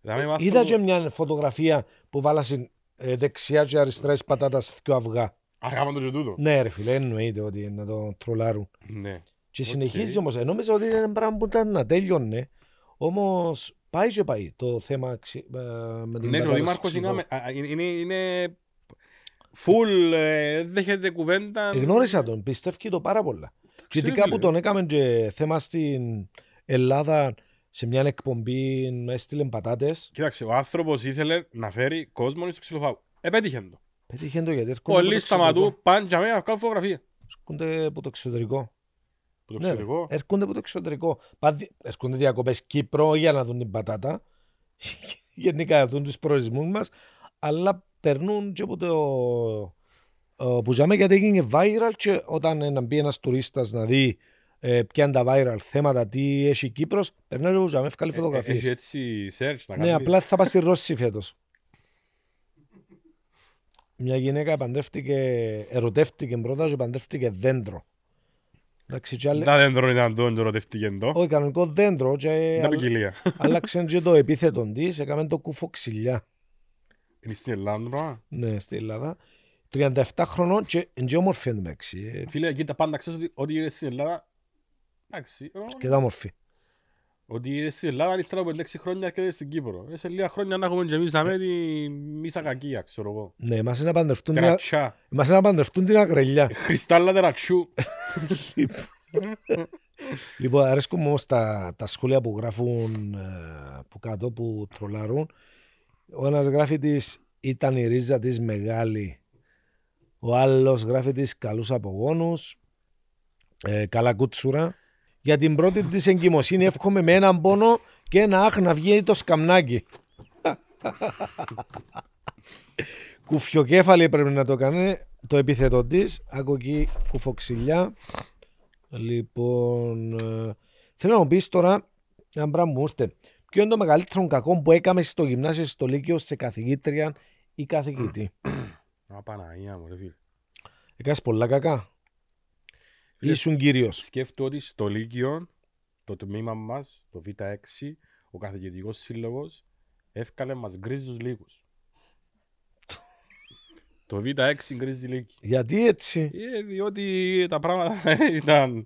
Δηλαδή, μάθαμε Ε, Είδα το- και μια φωτογραφία που βάλασαν ε, δεξιά και αριστερά της πατάτας πιο αυγά. Αγάπαν το και τούτο. Ναι ρε φίλε, εννοείται ότι να το τρολάρουν. Ναι. Και Οκ. συνεχίζει όμως, ε, νόμιζα ότι είναι πράγμα που ήταν να τέλειωνε. Όμως πάει και πάει το θέμα ξυ- ε, με την Ναι, και πατάτα ο στο Δήμαρχος είναι ξυλοφάου. αμε- α, είναι- είναι- είναι... Φουλ, ε, δέχεται Ε, κουβέντα. Εγνώρισα τον, πιστεύει το πάρα πολλά. Και ειδικά φίλε. που τον έκαμε και θέμα στην Ελλάδα σε μια εκπομπή να έστειλε πατάτες. Κοίταξε, ο άνθρωπος ήθελε να φέρει κόσμο στο ξυλοφάγο. Επέτυχε το. Πέτυχε το γιατί έρχονται. από το Πολλοί εξωτερικό. σταματούν, πάνε για μένα να κάνουν φωτογραφία. Έρχονται από το εξωτερικό. Που το Ναι, ρε. ξέρω εγώ. Έρχονται από το εξωτερικό. Πα- δι- Έρχονται διακοπές Κύπρο για να δουν την πατάτα. Γενικά να δουν τους προορισμούς μας. Αλλά περνούν και από το. ε, Που ζάμε γιατί έγινε viral και όταν ε, να μπει ένας τουρίστας να δει ε, ποια είναι τα viral θέματα, τι έχει η Κύπρος, περνάει και που ζάμε, βγάλει Ε, ε, Έχει φωτογραφίες. έτσι search να Ναι, κάνει. απλά θα πάει στη Ρώση φέτος. Μια γυναίκα παντρεύτηκε, ερωτεύτηκε πρώτα και παντρεύτηκε δέντρο. Εντάξει, και άλλε... Τα δέντρο ήταν το ερωτευτικό το. Όχι, κανονικό δέντρο και ε, Τα ποικιλία. άλλαξε και το επίθετο της, έκαμε το κούφο ξυλιά. Είναι στην Ελλάδα το πράγμα. Ναι, στην Ελλάδα. 37 χρονών και είναι όμορφη εντωμεταξύ. Φίλε, εκεί τα πάντα ξέρεις ότι ό,τι γίνεται στην Ελλάδα. Εντάξει. ο- Και τα όμορφη. Ότι γίνεται στην Ελλάδα είναι ύστερα από 6 χρόνια έρχεται στην Κύπρο. Ε, Σε λίγα χρόνια να έχουμε και εμείς να μένει μίσα κακία, ξέρω εγώ. Ναι, μας είναι να παντρευτούν την, α- Τερατσιά. μας είναι να παντρευτούν την αγρελιά. Χριστάλλα τερατσιού. Λοιπόν, αρέσκουν όμως τα, τα σχόλια που γράφουν ε, που κάτω, που τρολάρουν. Ο ένας γράφει της «Ήταν η ρίζα της μεγάλη». Ο άλλος γράφει της «Καλούς απογόνους». Ε, «Καλά κούτσουρα». Για την πρώτη της εγκυμοσύνη εύχομαι με έναν πόνο και ένα αχ να βγει το σκαμνάκι. Κουφιοκέφαλη πρέπει να το κάνει το επίθετο της. Άκου εκεί κουφοξιλιά. Λοιπόν, ε, θέλω να μου πεις τώρα ένα πράγμα που μου ήρθε. Ποιο είναι το μεγαλύτερο κακό που έκαμε στο γυμνάσιο, στο Λύκειο, σε καθηγήτρια ή καθηγητή. Α, Παναγία μου, ρε φίλε. Έκανες πολλά κακά. Φίλε, Ήσουν κύριος. σκέφτομαι ότι στο Λύκειο, το τμήμα μας, το Β6, ο καθηγητικό σύλλογο, έφκανε μας γκρίζους λίγους. Το Β6 γκρίζει λίγη. Γιατί έτσι. Ε, διότι τα πράγματα ήταν,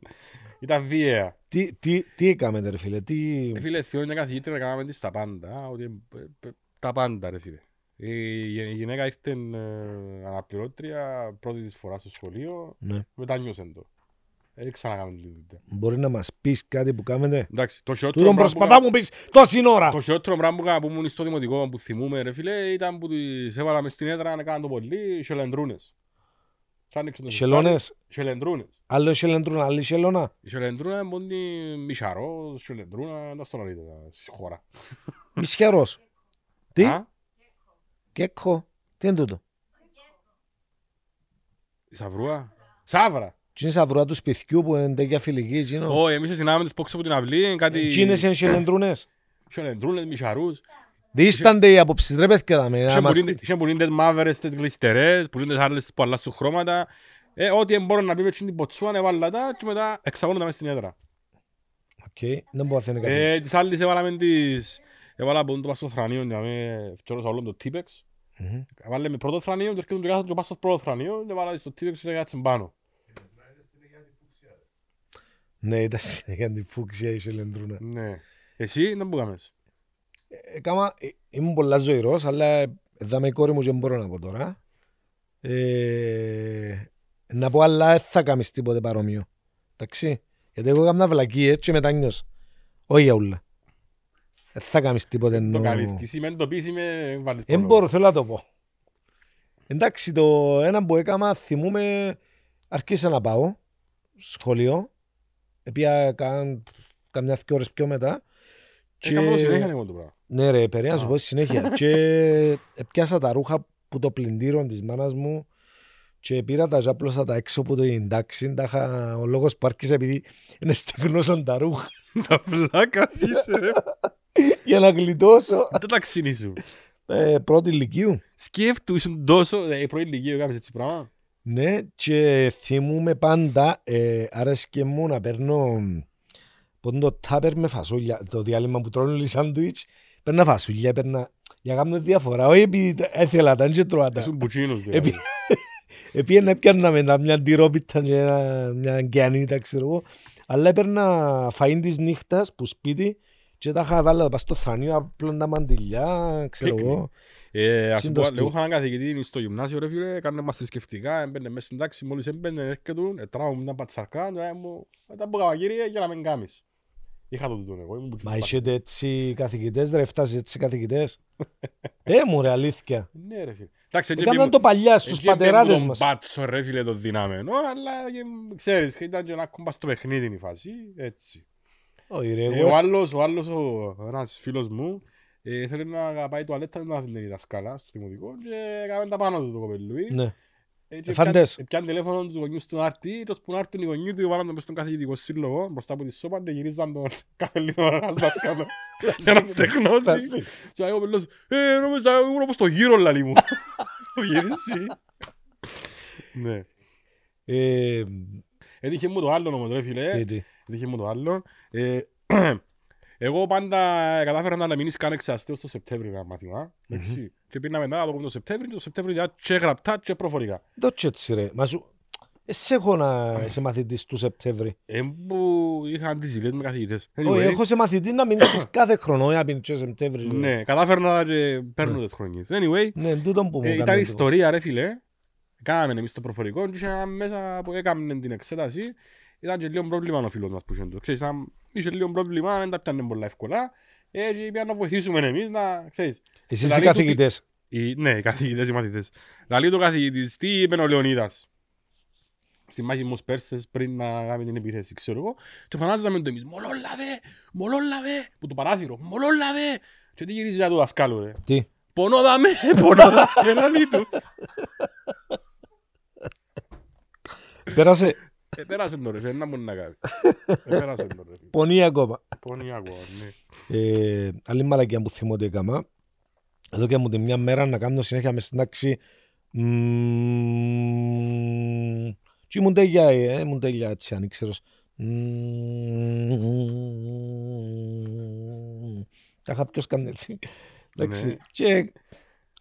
ήταν βίαια. Τι, τι, τι έκαμε, ρε φίλε. Τι... Ε, φίλε, θεωρώ μια καθηγήτρια να κάναμε της τα πάντα. Ότι, ε, ε, τα πάντα, ρε φίλε. Η γυ- η γυναίκα ήρθε ε, αναπληρώτρια πρώτη της φορά στο σχολείο, Ναι. μετανιώσαν το. Ε, Δεν ξανακάμε τη δουλειά. Μπορεί να μας πεις κάτι που κάνετε. Εντάξει, το χειρότερο Τούτον πράγμα που προσπαθά μου πεις τόση ώρα. Το χειρότερο πράγμα που κάναμε ήμουν στο δημοτικό που θυμούμε ρε φίλε ήταν που τις έβαλα μες στην έδρα να κάνουν το πολύ σελεντρούνες. Κι άνοιξαν το Σελώνες. σιρτάρι, Σελεντρούνες. Άλλο σελεντρούνα, άλλη σελώνα. Η σελεντρούνα είναι μόνο τη μισαρό, σελεντρούνα, να στον ορίτε ε, στη χώρα. Μισχερός. Τι? Α, Κέκχο. Τι είναι τούτο. Η σαυρούα. Σαύρα. Τι είναι η σαβρούα του σπιτιού που είναι τέτοια φιλική. Τι είναι. Όχι, εμείς συνάμε τις πόξες από την αυλή, κάτι Τι είναι σελεντρούνες. σελεντρούνες, μισαρούς. Ε, Δίστανται οι απόψεις ρε παιδιά τα με. να Είχε μας πουλήν- πείτε. είχε πουλήν τις μαύρες, τις γλιστερές, πουλήν τις άλλες που αλλάσουν χρώματα. Ε, ό,τι μπορώ να πει με την ποτσούαν έβαλα τα και μετά εξαγόνα τα μες στην έδρα. Οκ, δεν μπορώ να θέλω κάτι. Ε, τις άλλες έβαλαμε τις... Έβαλα που το πάσο θρανείο για με φτιώρος όλων το τύπεξ. Μμμ. Έβαλε με πρώτο θρανείο, το έρχεται το κάθε το πάσο πρώτο θρανείο και έβαλα στο τύπεξ και κάτσε πάνω. Ναι, ήταν συνέχεια τη φούξια η σελεντρούνα. Ναι. Εσύ δεν που κάμες. Έκαμα, ε, ήμουν πολλά ζωηρός, αλλά ε, δάμε η κόρη μου και δεν μπορώ να πω τώρα. Ε, να πω, αλλά δεν θα κάνεις τίποτε παρόμοιο. Εντάξει. Γιατί εγώ έκανα βλακίες και μετανιώσα. Όχι για ούλα. Δεν θα κάνεις τίποτε. Ε, Το νο- καλύφκεις ή μεν το πεις ή με βάλεις Δεν το Ναι. μπορώ, θέλω να το πω. Εντάξει, το ένα που έκανα, θυμούμε, αρκίσα να πάω σχολείο. Επία καν, καμιά δυο ώρες πιο μετά. λόγο. Έκανα το Ε, συνέχεια εγώ το πράγμα. Ναι ρε, περί να σου Α. πω στη συνέχεια. και πιάσα τα ρούχα που το πλυντήρο της μάνας μου και πήρα τα ζάπλωσα τα έξω που το εντάξει. Τα είχα, ο λόγος που άρχισε επειδή είναι στεγνώσαν τα ρούχα Τα βλάκας είσαι ρε. για να γλιτώσω. Τα ταξίνι σου. ε, πρώτη ηλικίου. Σκέφτουσουν τόσο, ε, η πρώην ηλικία κάνεις έτσι πράγμα. Ναι, και θυμούμαι πάντα, ε, άρεσκε μου να παίρνω πόν το τάπερ με φασούλια, το διάλειμμα που τρώνε όλοι σάντουιτς, παίρνα φασούλια, παίρνα, για να κάνω διαφορά, όχι επειδή τα- έθελα τα, και τρώα τα. Ήσουν πουτσίνος δηλαδή. Επί- Επίεν έπιανα με τα μια τυρόπιτα και ένα- μια γκιανίτα, ξέρω εγώ, αλλά έπαιρνα φαΐν της νύχτας που σπίτι και τα είχα βάλει πας στο θρανείο, απλώντα τα μαντιλιά, ξέρω Πίκνικ. εγώ. Ε, ας Συν πω, το λέω στυλ. είχα έναν καθηγητή στο γυμνάσιο ρε φίλε, έκανε μας θρησκευτικά, έμπαινε μέσα στην τάξη, μόλις έμπαινε έρχεται του, τράβω μια πατσαρκά, του λέει μου, μετά που καβα κύριε, για να μην κάνεις. Είχα το τούτον εγώ, ήμουν Μα πουτσινός. είσετε έτσι καθηγητές, ρε, φτάσεις έτσι καθηγητές. Πέ μου ρε, αλήθεια. Ναι ρε φίλε. Εντάξει, έτσι Έκαναν έμπαινε- Ε, το παλιά έτσι στους έμπαινε πατεράδες τον μας. μπάτσο ρε φίλε το δυνάμενο, αλλά ε, ξέρεις, ήταν και ένα κόμπα στο παιχνίδι είναι η φάση, έτσι. Όχι ρε, Ε, Ο εγώ άλλος, ο άλλος, ο- ένας φίλος μου, ε, θέλει να πάει τουαλέτα, να την διδασκάλα στο δημοτικό και έκαμε τα πάνω του το Ε, κοπελούι. Ναι. Εφαντές. Επιάνε τηλέφωνο τους γονιούς του να έρθει, ήρθος που να έρθουν οι γονιοί του, βάλαν τον μες στον καθηγητικό σύλλογο, μπροστά από τη σώπα, και γυρίζαν τον κάθε λίγο ένας δάσκαλος για να στεγνώσει. Και ο κοπελός, ε, νόμιζα, ήμουν όπως το γύρο λαλί μου. Γυρίζει. Ναι. Ε, Έτυχε μου το άλλο όμως, ρε φίλε. τι, τι. Έτυχε μου το άλλο. Ε, Εγώ πάντα κατάφερα να μείνεις καν εξαστέως το Σεπτέμβριο ένα μάθημα. εντάξει. Και πήρνα μετά από το Σεπτέμβριο, το Σεπτέμβριο ήταν και γραπτά και προφορικά. Το έτσι ρε. Μα σου... Εσύ έχω να σε μαθητής του Σεπτέμβρη. Ε, που είχα αντιζηλίες με καθηγητές. Όχι, Anyway, έχω σε μαθητή να μην είσαι κάθε χρόνο, όχι να πίνεις και Σεπτέμβρη. ρε. Ναι, κατάφερνα να ε, παίρνω τις χρονιές. Anyway, Ναι, εν τούτον που μου ε, κάνει ήταν εντύπωση. ιστορία ρε φίλε. Κάναμε εμείς το προφορικό και είχε ένα μέσα που έκαμε την εξέταση. Ήταν και λίγο πρόβλημα ο φίλος μας που είχε το. Ξέρεις, ήταν- είχε λίγο πρόβλημα, δεν τα πιάνε πολλά εύκολα. Ε, και είπαν να βοηθήσουμε εμείς να, ξέρεις, Εσείς οι Δηλαδή, τούτη- καθηγητές. οι- ναι, οι καθηγητές, οι μαθητές. Λαλεί το καθηγητής, τι είπε ο Λεωνίδας. Στη μάχη μου Πέρσες πριν να κάνει την επίθεση, ξέρω εγώ. Και φανάζαμε το εμείς, μολόλαβε, μολόλαβε, που το παράθυρο, μολόλαβε. Και τι γυρίζει για το δασκάλο, ρε. Τι. Πονόδαμε, πονόδαμε, λαλεί τους. Πέρασε Ε, Πέρασε το ρε, φίλε, να μπορεί να κάνει. Ε, Πέρασε το ρε. φίλε. πονή ακόμα. Πονή ακόμα, ναι. Ε, άλλη μαλακιά που θυμώ ότι έκανα. Εδώ και μου τη μια μέρα να κάνω συνέχεια μες συντάξει. μμμ, Και ήμουν τέλεια, ε, ήμουν τέλεια έτσι ανήξερος. Μμμ, Τα είχα ποιος κάνει έτσι. Εντάξει. Ναι. Και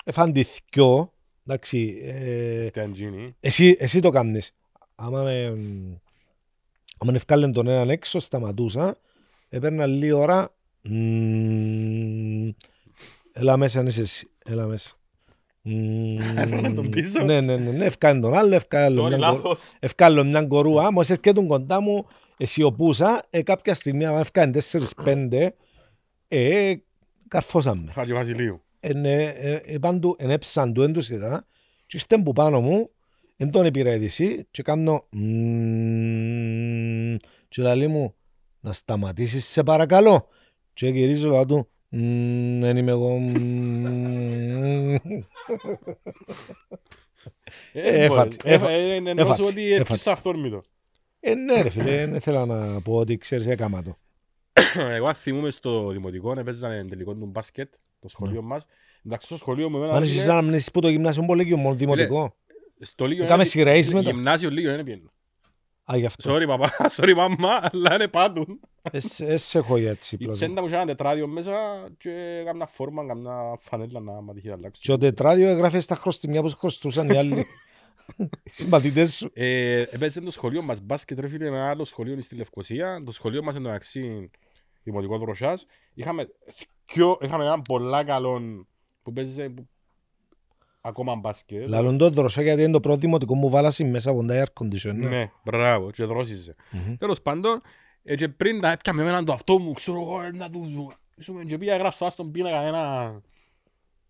εφαντηθκιό Εντάξει, ε, Ήταν τζίνι. εσύ, εσύ το κάνεις. Άμα με, άμα ευκάλεν τον έναν έξω, σταματούσα, έπαιρνα λίγη ώρα, μμμ, έλα μέσα αν είσαι εσύ, έλα μέσα. Μμμ, Έφερνα τον πίσω. Ναι, ναι, ναι, ναι, ευκάλεν τον άλλο, ευκάλεν Sorry, τον άλλο. λάθος. Ευκάλλω μια κορούα, όμως έρχεται κοντά μου, εσιωπούσα, ε, κάποια στιγμή, αν ευκάλλει 4-5, ε, καρφώσαμε. Χάτζη Βασιλείου. Ε, ναι, ε, ε, πάντου, ενέψαν του έντουσιτα, και ήρθε που πάνω μου, εν τον επιρέδυση, και κάνω, «Μμμ», και λέει μου, να σταματήσεις σε παρακαλώ. Και γυρίζω λαλό του, «Μμμ, δεν είμαι εγώ. μμμ». Ε, έφατη, μπορεί. Ε, έφα- ε, ε, Εννοώ έφατη, ότι έφατη. έφτιαξα αυθόρμητο. Ε, ναι ρε φίλε, δεν ήθελα να πω ότι ξέρεις έκαμα το. Εγώ θυμούμαι στο δημοτικό, να παίζαμε τελικό του μπάσκετ, Ναι. το σχολείο μας. Εντάξει, στο σχολείο μου εμένα Αν είναι- είσαι σαν να μείνεις που το γυμνάσιο πολύ και μόνο δημοτικό. στο Λίγιο Κάμε ένα- σειρές μετά. Γυμνάσιο Λίγιο δεν πιένω. Α, γι' αυτό. Sorry παπά, sorry μαμά, αλλά είναι πάντων. Εσ- εσ' έχω για έτσι Η πλέον. τσέντα μου είχε ένα τετράδιο μέσα και κάμνα φόρμα, κάμνα φανέλα να μ' ατυχεί να αλλάξω. Και ο τετράδιο έγραφε στα χρωστιμιά που σου χρωστούσαν οι άλλοι. Οι συμπαθητές σου. Ε, Έπαιζε το σχολείο μας μπάσκετ ρε φίλε με ένα άλλο σχολείο στη Λευκοσία. Το σχολείο μας εντωμεταξύ δημοτικό δροσιάς. Είχαμε, δυο- είχαμε έναν πολλά καλό που παίζε που- ακόμα μπάσκετ. Λαλούν το δροσό γιατί είναι το πρώτο δημοτικό μου βάλασαι μέσα από τα air conditioner. Ναι, μπράβο, και δρόσιζε. Μμμ. Τέλος πάντων, ε, και πριν να έπιαμε έναν το αυτό μου, ξέρω εγώ, ε, να του ζούμε, και πήγα γράψω στον πίνακα ένα,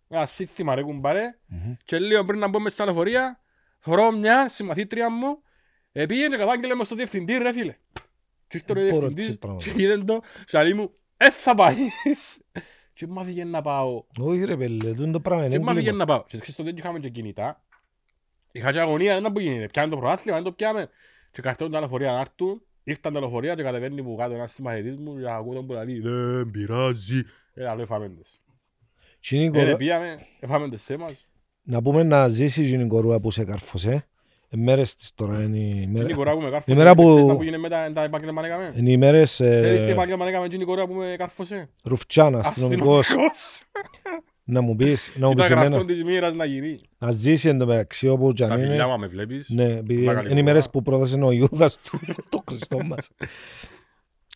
ένα σύνθημα ρε κουμπάρε, Μμμ. και λίγο πριν να μπω μες στα λεωφορεία, θωρώ μια συμμαθήτρια μου, ε, πήγε και κατάγγελε μες στο διευθυντή ρε φίλε. Και ήρθε ο Δεν μπορώ έτσι διευθυντής, πράγματα. και είδε το, και λέει μου, ε, θα πάεις. Και μα φύγε να πάω. Όχι ρε παιδί, τούτο το πράγμα είναι Και μάθηκε έγκλημα. να πάω. Και ξέρεις τότε και είχαμε και κινητά. Είχα και αγωνία, δεν ήταν που γίνεται. Πιάνε το προάθλημα, δεν το πιάμε. Και καθόλου τα λεωφορεία να έρθουν. Ήρθαν τα λεωφορεία και κατεβαίνει που κάτω ένας συμμαχητής μου και ακούω τον που λέει «Δεν πειράζει». Ε, άλλο εφάμεν τες. Και είναι η Ε, κορο- ρε, πήγαμε, εφάμεν τες θέμας. Να πούμε να ζήσεις είναι η κορούα που σε καρφωσέ. Ε, μέρες της τώρα είναι οι Και είναι η μέρες. κορά που με κάρφωσε. Ναι. μέρα που- Ξέρεις τα που γίνεται με τα- τα επάγγελμα να έκαμε. Είναι οι μέρες ε, Ξέρεις τι επάγγελμα να έκαμε και είναι η κορά που με κάρφωσε. Ρουφτσάν, αστυνομικός. Αστυνομικός. Να μου πεις, να μου πεις Ήταν γραφτόν εμένα. της μοίρας να γυρί. Να ζήσει εν τω μεταξύ όπου και Τα αν είναι. φιλιά μου, αν με βλέπεις. Ναι, επειδή Μάγαλη είναι οι κοπέλα. μέρες που πρόδωσε ο Ιούδας του το Χριστό μας.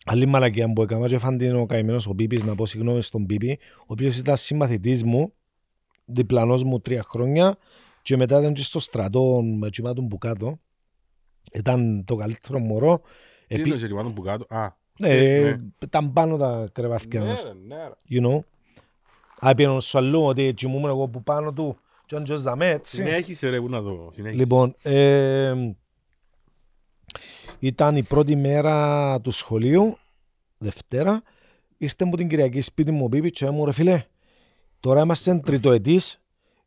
Άλλη μαλακία που έκανα και έφαν την ο καημένος ο Πίπης να πω συγγνώμη στον Πίπη ο οποίος ήταν συμμαθητής μου διπλανός μου τρία χρόνια και μετά ήταν και στο στρατό με τσιμάτων που κάτω ήταν το καλύτερο μωρό Τι Επί- εννοείς, ρε, πάνω που κάτω. Α, ναι, ναι. ήταν πάνω τα κρεβάθηκια ναι, μας ρε, ναι, ρε. you know άπιενον στο αλλού ότι τσιμούμουν εγώ που πάνω του και αν τζος δαμέ Ναι, έτσι Συνέχισε ρε, πού να δω. Συνέχισε. Λοιπόν, ε, ήταν η πρώτη μέρα του σχολείου, Δευτέρα. Ήρθε μου την Κυριακή σπίτι μου ο Πίπης και μου ρε φίλε, τώρα είμαστε τριτοετής,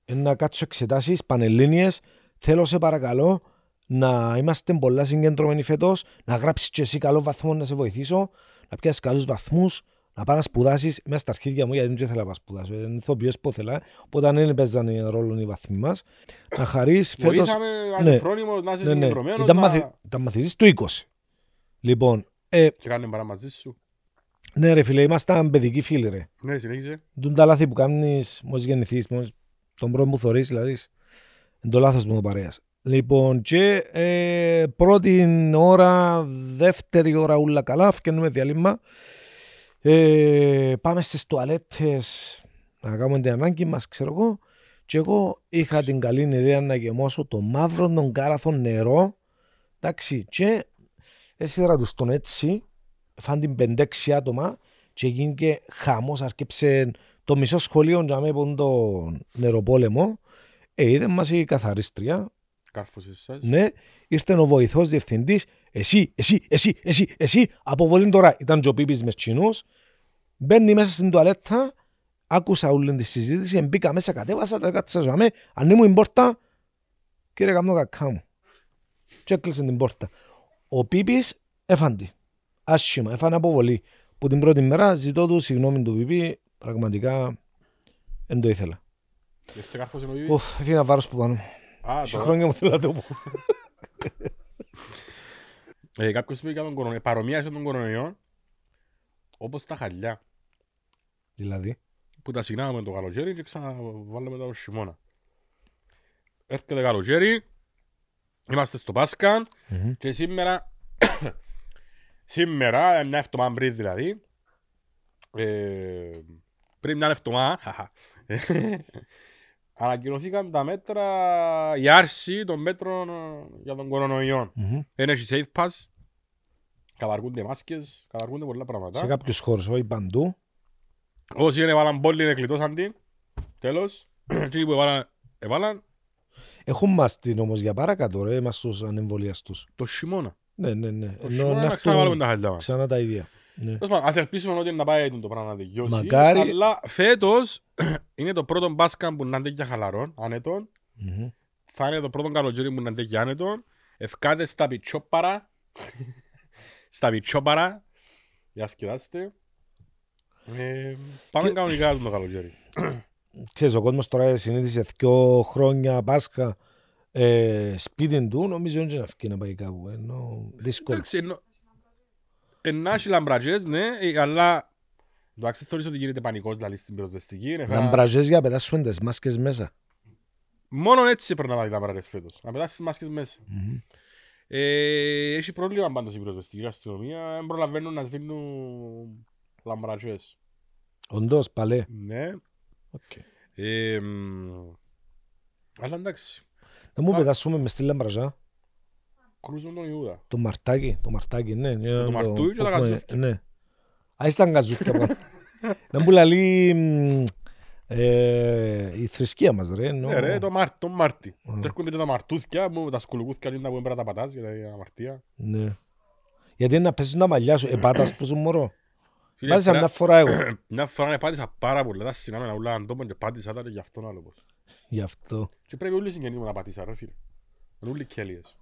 ε, να κάτσω εξετάσεις, πανελλήνιες, θέλω σε παρακαλώ να είμαστε πολλά συγκεντρωμένοι φέτος, να γράψεις και εσύ καλό βαθμό να σε βοηθήσω, να πιάσεις καλούς βαθμούς, να πάω να σπουδάσεις μέσα στα αρχίδια μου γιατί δεν ήθελα να πάω να σπουδάσω, δεν ηθοποιός που ήθελα, οπότε δεν παίζανε ρόλο οι βαθμοί μας. Να χαρείς φέτος... Βοήθαμε ναι. ανεφρόνιμος να είσαι Ναι, ναι. συγκεντρωμένος Ήταν, να- μαθη... ήταν μαθητής του 20. Λοιπόν, ε, Και κάνε παρά μαζί σου. ναι ρε φίλε, ήμασταν παιδικοί φίλοι ρε. Ναι, συνέχισε. Τούν τα λάθη που κάνεις μόλις γεννηθείς, μόλις τον πρώτο που θωρείς, δηλαδή, είναι το λάθος μου το παρέας. Λοιπόν, και ε, πρώτη ώρα, δεύτερη ώρα, ούλα καλά, φκαινούμε διαλύμα. Ε, πάμε στις τουαλέτες να κάνουμε την ανάγκη μας, ξέρω εγώ. Και εγώ είχα την καλή ιδέα να γεμώσω το μαύρο τον κάραθο νερό. Εντάξει, και έσυρα τους τον έτσι, φαν την 5-6 άτομα και γίνηκε χαμός, αρκέψε το μισό σχολείο για μένα που τον νεροπόλεμο. Ε, είδε μας η καθαρίστρια, Κάρφωσες σας. ναι, ήρθε ο βοηθός διευθυντής. Εσύ, εσύ, εσύ, εσύ, εσύ, αποβολή τώρα. Ήταν και ο Πίπης μες Τσινού. Μπαίνει μέσα στην τουαλέτα. Άκουσα όλη τη συζήτηση. Μπήκα μέσα, κατέβασα, τα κάτσα ζαμέ. Ανήμου την πόρτα. Κύριε Καμνό, κακά μου. Και έκλεισε την πόρτα. Ο Πίπης έφαντη. Άσχημα, έφανε αποβολή. Που την πρώτη μέρα ζητώ του συγγνώμη του Πίπη. Πραγματικά δεν το ήθελα. Και σε κάρφωσε με ο Οφ, έφυγε ένα βάρος που πάνω. μου. Α, Σε τώρα. χρόνια μου θέλω να το πω. Ε, Κάποιος πήγε για τον κορονοϊό. Παρομοίασε τον κορονοϊό. Όπως τα χαλιά. Δηλαδή. Που τα συγνάμε το καλοκαίρι και ξαναβάλαμε τα το χειμώνα. έρχεται καλοκαίρι, είμαστε στο Πάσχα και σήμερα, σήμερα, μια εβδομάδα πριν δηλαδή, ε, πριν μια εβδομάδα, χαχα, ανακοινωθήκαν τα μέτρα, η άρση των μέτρων για τον κορονοϊό. Δεν έχει safe pass, καταργούνται μάσκες, καταργούνται πολλά Σε πράγματα. κάποιους χώρους, όχι παντού. Όσοι είναι βάλαν πόλη είναι κλειτώσαν την, τέλος, εκείνοι που έβαλαν, έβαλαν Έχουν μας την όμως για παρακάτω, ρε, μας τους ανεμβολιαστούς. το χειμώνα. Ναι, ναι, ναι. Το Ενώ να χειμώνα έρθουν ξαναβάλουμε τα χαλιά μας. Ξανά τα ίδια. Ναι. Τέλος πάντων, Ας ελπίσουμε ότι να πάει το πράγμα να τελειώσει. Μακάρι. Αλλά φέτος είναι το πρώτο μπάσκα που να είναι τέτοια χαλαρών, άνετων. Μμμ. Θα είναι το πρώτο καλοκαίρι που να είναι τέτοια άνετων. Ευκάτε στα πιτσόπαρα. στα πιτσόπαρα. Για σκεδάστε. Ε, πάμε Και- κανονικά το καλοκαίρι. Ξέρεις, ο κόσμος τώρα συνήθισε δυο χρόνια Πάσχα ε, σπίτι του, νομίζω είναι να φύγει να πάει κάπου. Ενώ δύσκολο. Εντάξει, εννο- ενάχει λαμπρατζές, ναι, ε, αλλά... Εντάξει, θεωρείς ότι γίνεται πανικός δηλαδή, στην πυροσβεστική. είναι χα- Λαμπραζές για να πετάσουν τις μάσκες μέσα. Μόνο έτσι πρέπει να πάει τα πράγματα φέτος. Να πετάσεις τις μάσκες μέσα. Μμμ. Ε, έχει πρόβλημα πάντως η πυροσβεστική αστυνομία. Δεν προλαβαίνουν να σβήνουν λαμπρατζές. Όντως, παλέ. Ναι. Οκ. Ε, μ, αλλά εντάξει. Να μου Πα- πετάσουμε μες στη λαμπραζά. Κρούζουν τον Ιούδα. Το μαρτάκι, το μαρτάκι, ναι. ναι, το μαρτούι και τα έχουμε- γαζούθκια. Ναι. Α, ήταν γαζούθκια. πάνω. Να μου λαλεί μ, ε, η θρησκεία μας, ρε. εννοώ. Ναι ρε, το Μάρτι. Το Μάρτι. Α. Mm. Έρχονται και τα μαρτούθκια μου, τα σκουλουκούθκια είναι τα που έμπαιρα τα πατάς για τα αμαρτία. Ναι. Γιατί είναι να πέσουν τα μαλλιά σου, επάτας που σου μωρό. Φίλε, Πάτησα μια μια- ε, φορά εγώ. Μια φορά πάτησα πάρα πολλά, τα συνάμενα ούλα αντόμων και πάτησα τα και γι' αυτόν άλλο πως. Γι' αυτό. Και πρέπει όλοι οι συγγενείς μου να πατήσα ρε φίλε. Είναι Όλοι κέλιες.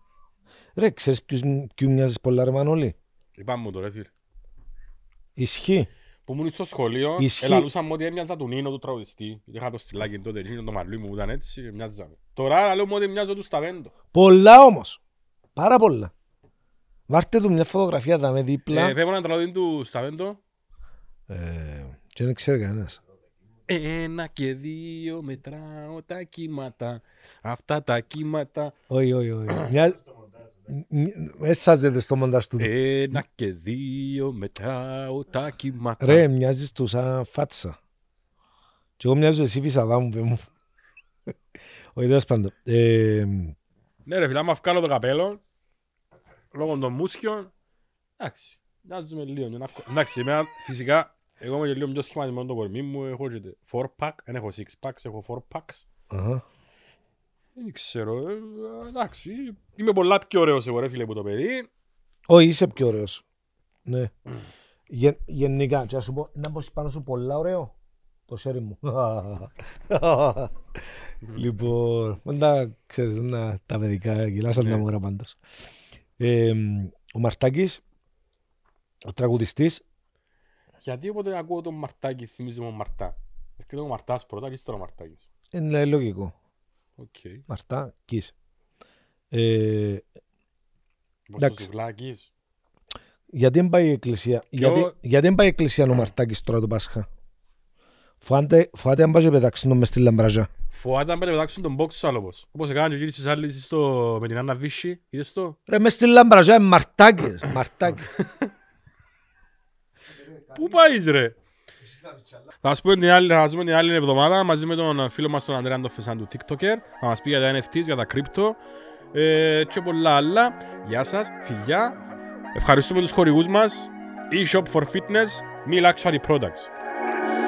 Ρε, ξέρεις ποιους, ποιους μοιάζεις πολλά ρε Μανώλη. Είπαμε μου το ρε φίλε. Ισχύει. Που ήμουν στο σχολείο, Ισχύει. ελαλούσαμε ότι έμοιαζα του Νίνο του τραγουδιστή. Είχα το στυλάκι τότε, εκείνο το μαλλί μου που ήταν έτσι, και μοιάζαμε. Τώρα λέω ότι μοιάζω του Σταβέντο. Πολλά όμως. Πάρα πολλά. Βάρτε του μια φωτογραφία τα με Ε, δίπλα. Πέμπω ένα τραγούδι του Σταβέντο. Ε, και δεν ξέρει κανένας. Ένα και δύο μετράω τα κύματα, αυτά τα κύματα. Όχι, όχι, όχι. Μια... Μ- Έσαζεται στο μοντάζ του. Ε, Ένα και δύο μετράω τα κύματα. Ρε, μοιάζεις του σαν φάτσα. Και εγώ μοιάζω εσύ φυσαδά μου, παι μου. Όχι, τέλος πάντων. Ε, Ναι ρε φίλε, άμα βγάλω το καπέλο, λόγω των μουσιων, εντάξει, μοιάζουμε λίγο. είναι αυκο- Εντάξει, εμένα φυσικά, εγώ είμαι και λίγο πιο σχηματισμένο το κορμί μου, έχω και 4-pack, δεν έχω 6-packs, έχω 4-packs. αχα. Δεν ξέρω, ε, εντάξει, είμαι πολλά πιο ωραίος εγώ ρε φίλε που το παιδί. Όχι, είσαι πιο ωραίος. Ναι. Γεν, γενικά, και να σου πω, να πω πάνω σου πολλά ωραίο. Το σέρι μου. λοιπόν, δεν τα ξέρεις, δεν τα- τα παιδικά γελάσαν Ναι. τα μωρά πάντως. Ε, ο Μαρτάκης, ο τραγουδιστής, Γιατί όποτε ακούω τον Μαρτάκη, θυμίζομαι τον Μαρτά. Έρχεται ο Μαρτάς πρώτα και ύστερα ο Μαρτάκης. είναι λογικό. Οκ. Μαρτάκης. Ε, Όπως το Εντάξει. Σουβλάκης. Γιατί δεν πάει η εκκλησία, γιατί, ο- γιατί δεν πάει η εκκλησία ο Μαρτάκης τώρα το Πάσχα. Φοβάται, φοβάται αν πάει και πετάξουν τον μες στη λαμπραζά. Φοβάται να πετάξουν τον box άλλο όπως. Όπως έκανε και ο κύριος της άλλης στο- με την Άννα Βύση, είδες το. Ρε μες στη λαμπραζά είναι Μαρτάκης. Μαρτάκης. Πού πάεις, ρε. Θα σας πω την άλλη, θα σας πούμε την άλλη εβδομάδα μαζί με τον φίλο μας τον Αντρέα τον Φεσάν του TikToker θα μας πει για τα NFTs, για τα κρύπτο ε, και πολλά άλλα. Γεια σας, φιλιά. Ευχαριστούμε τους χορηγούς μας. E-Shop for Fitness, Meal Actually Products.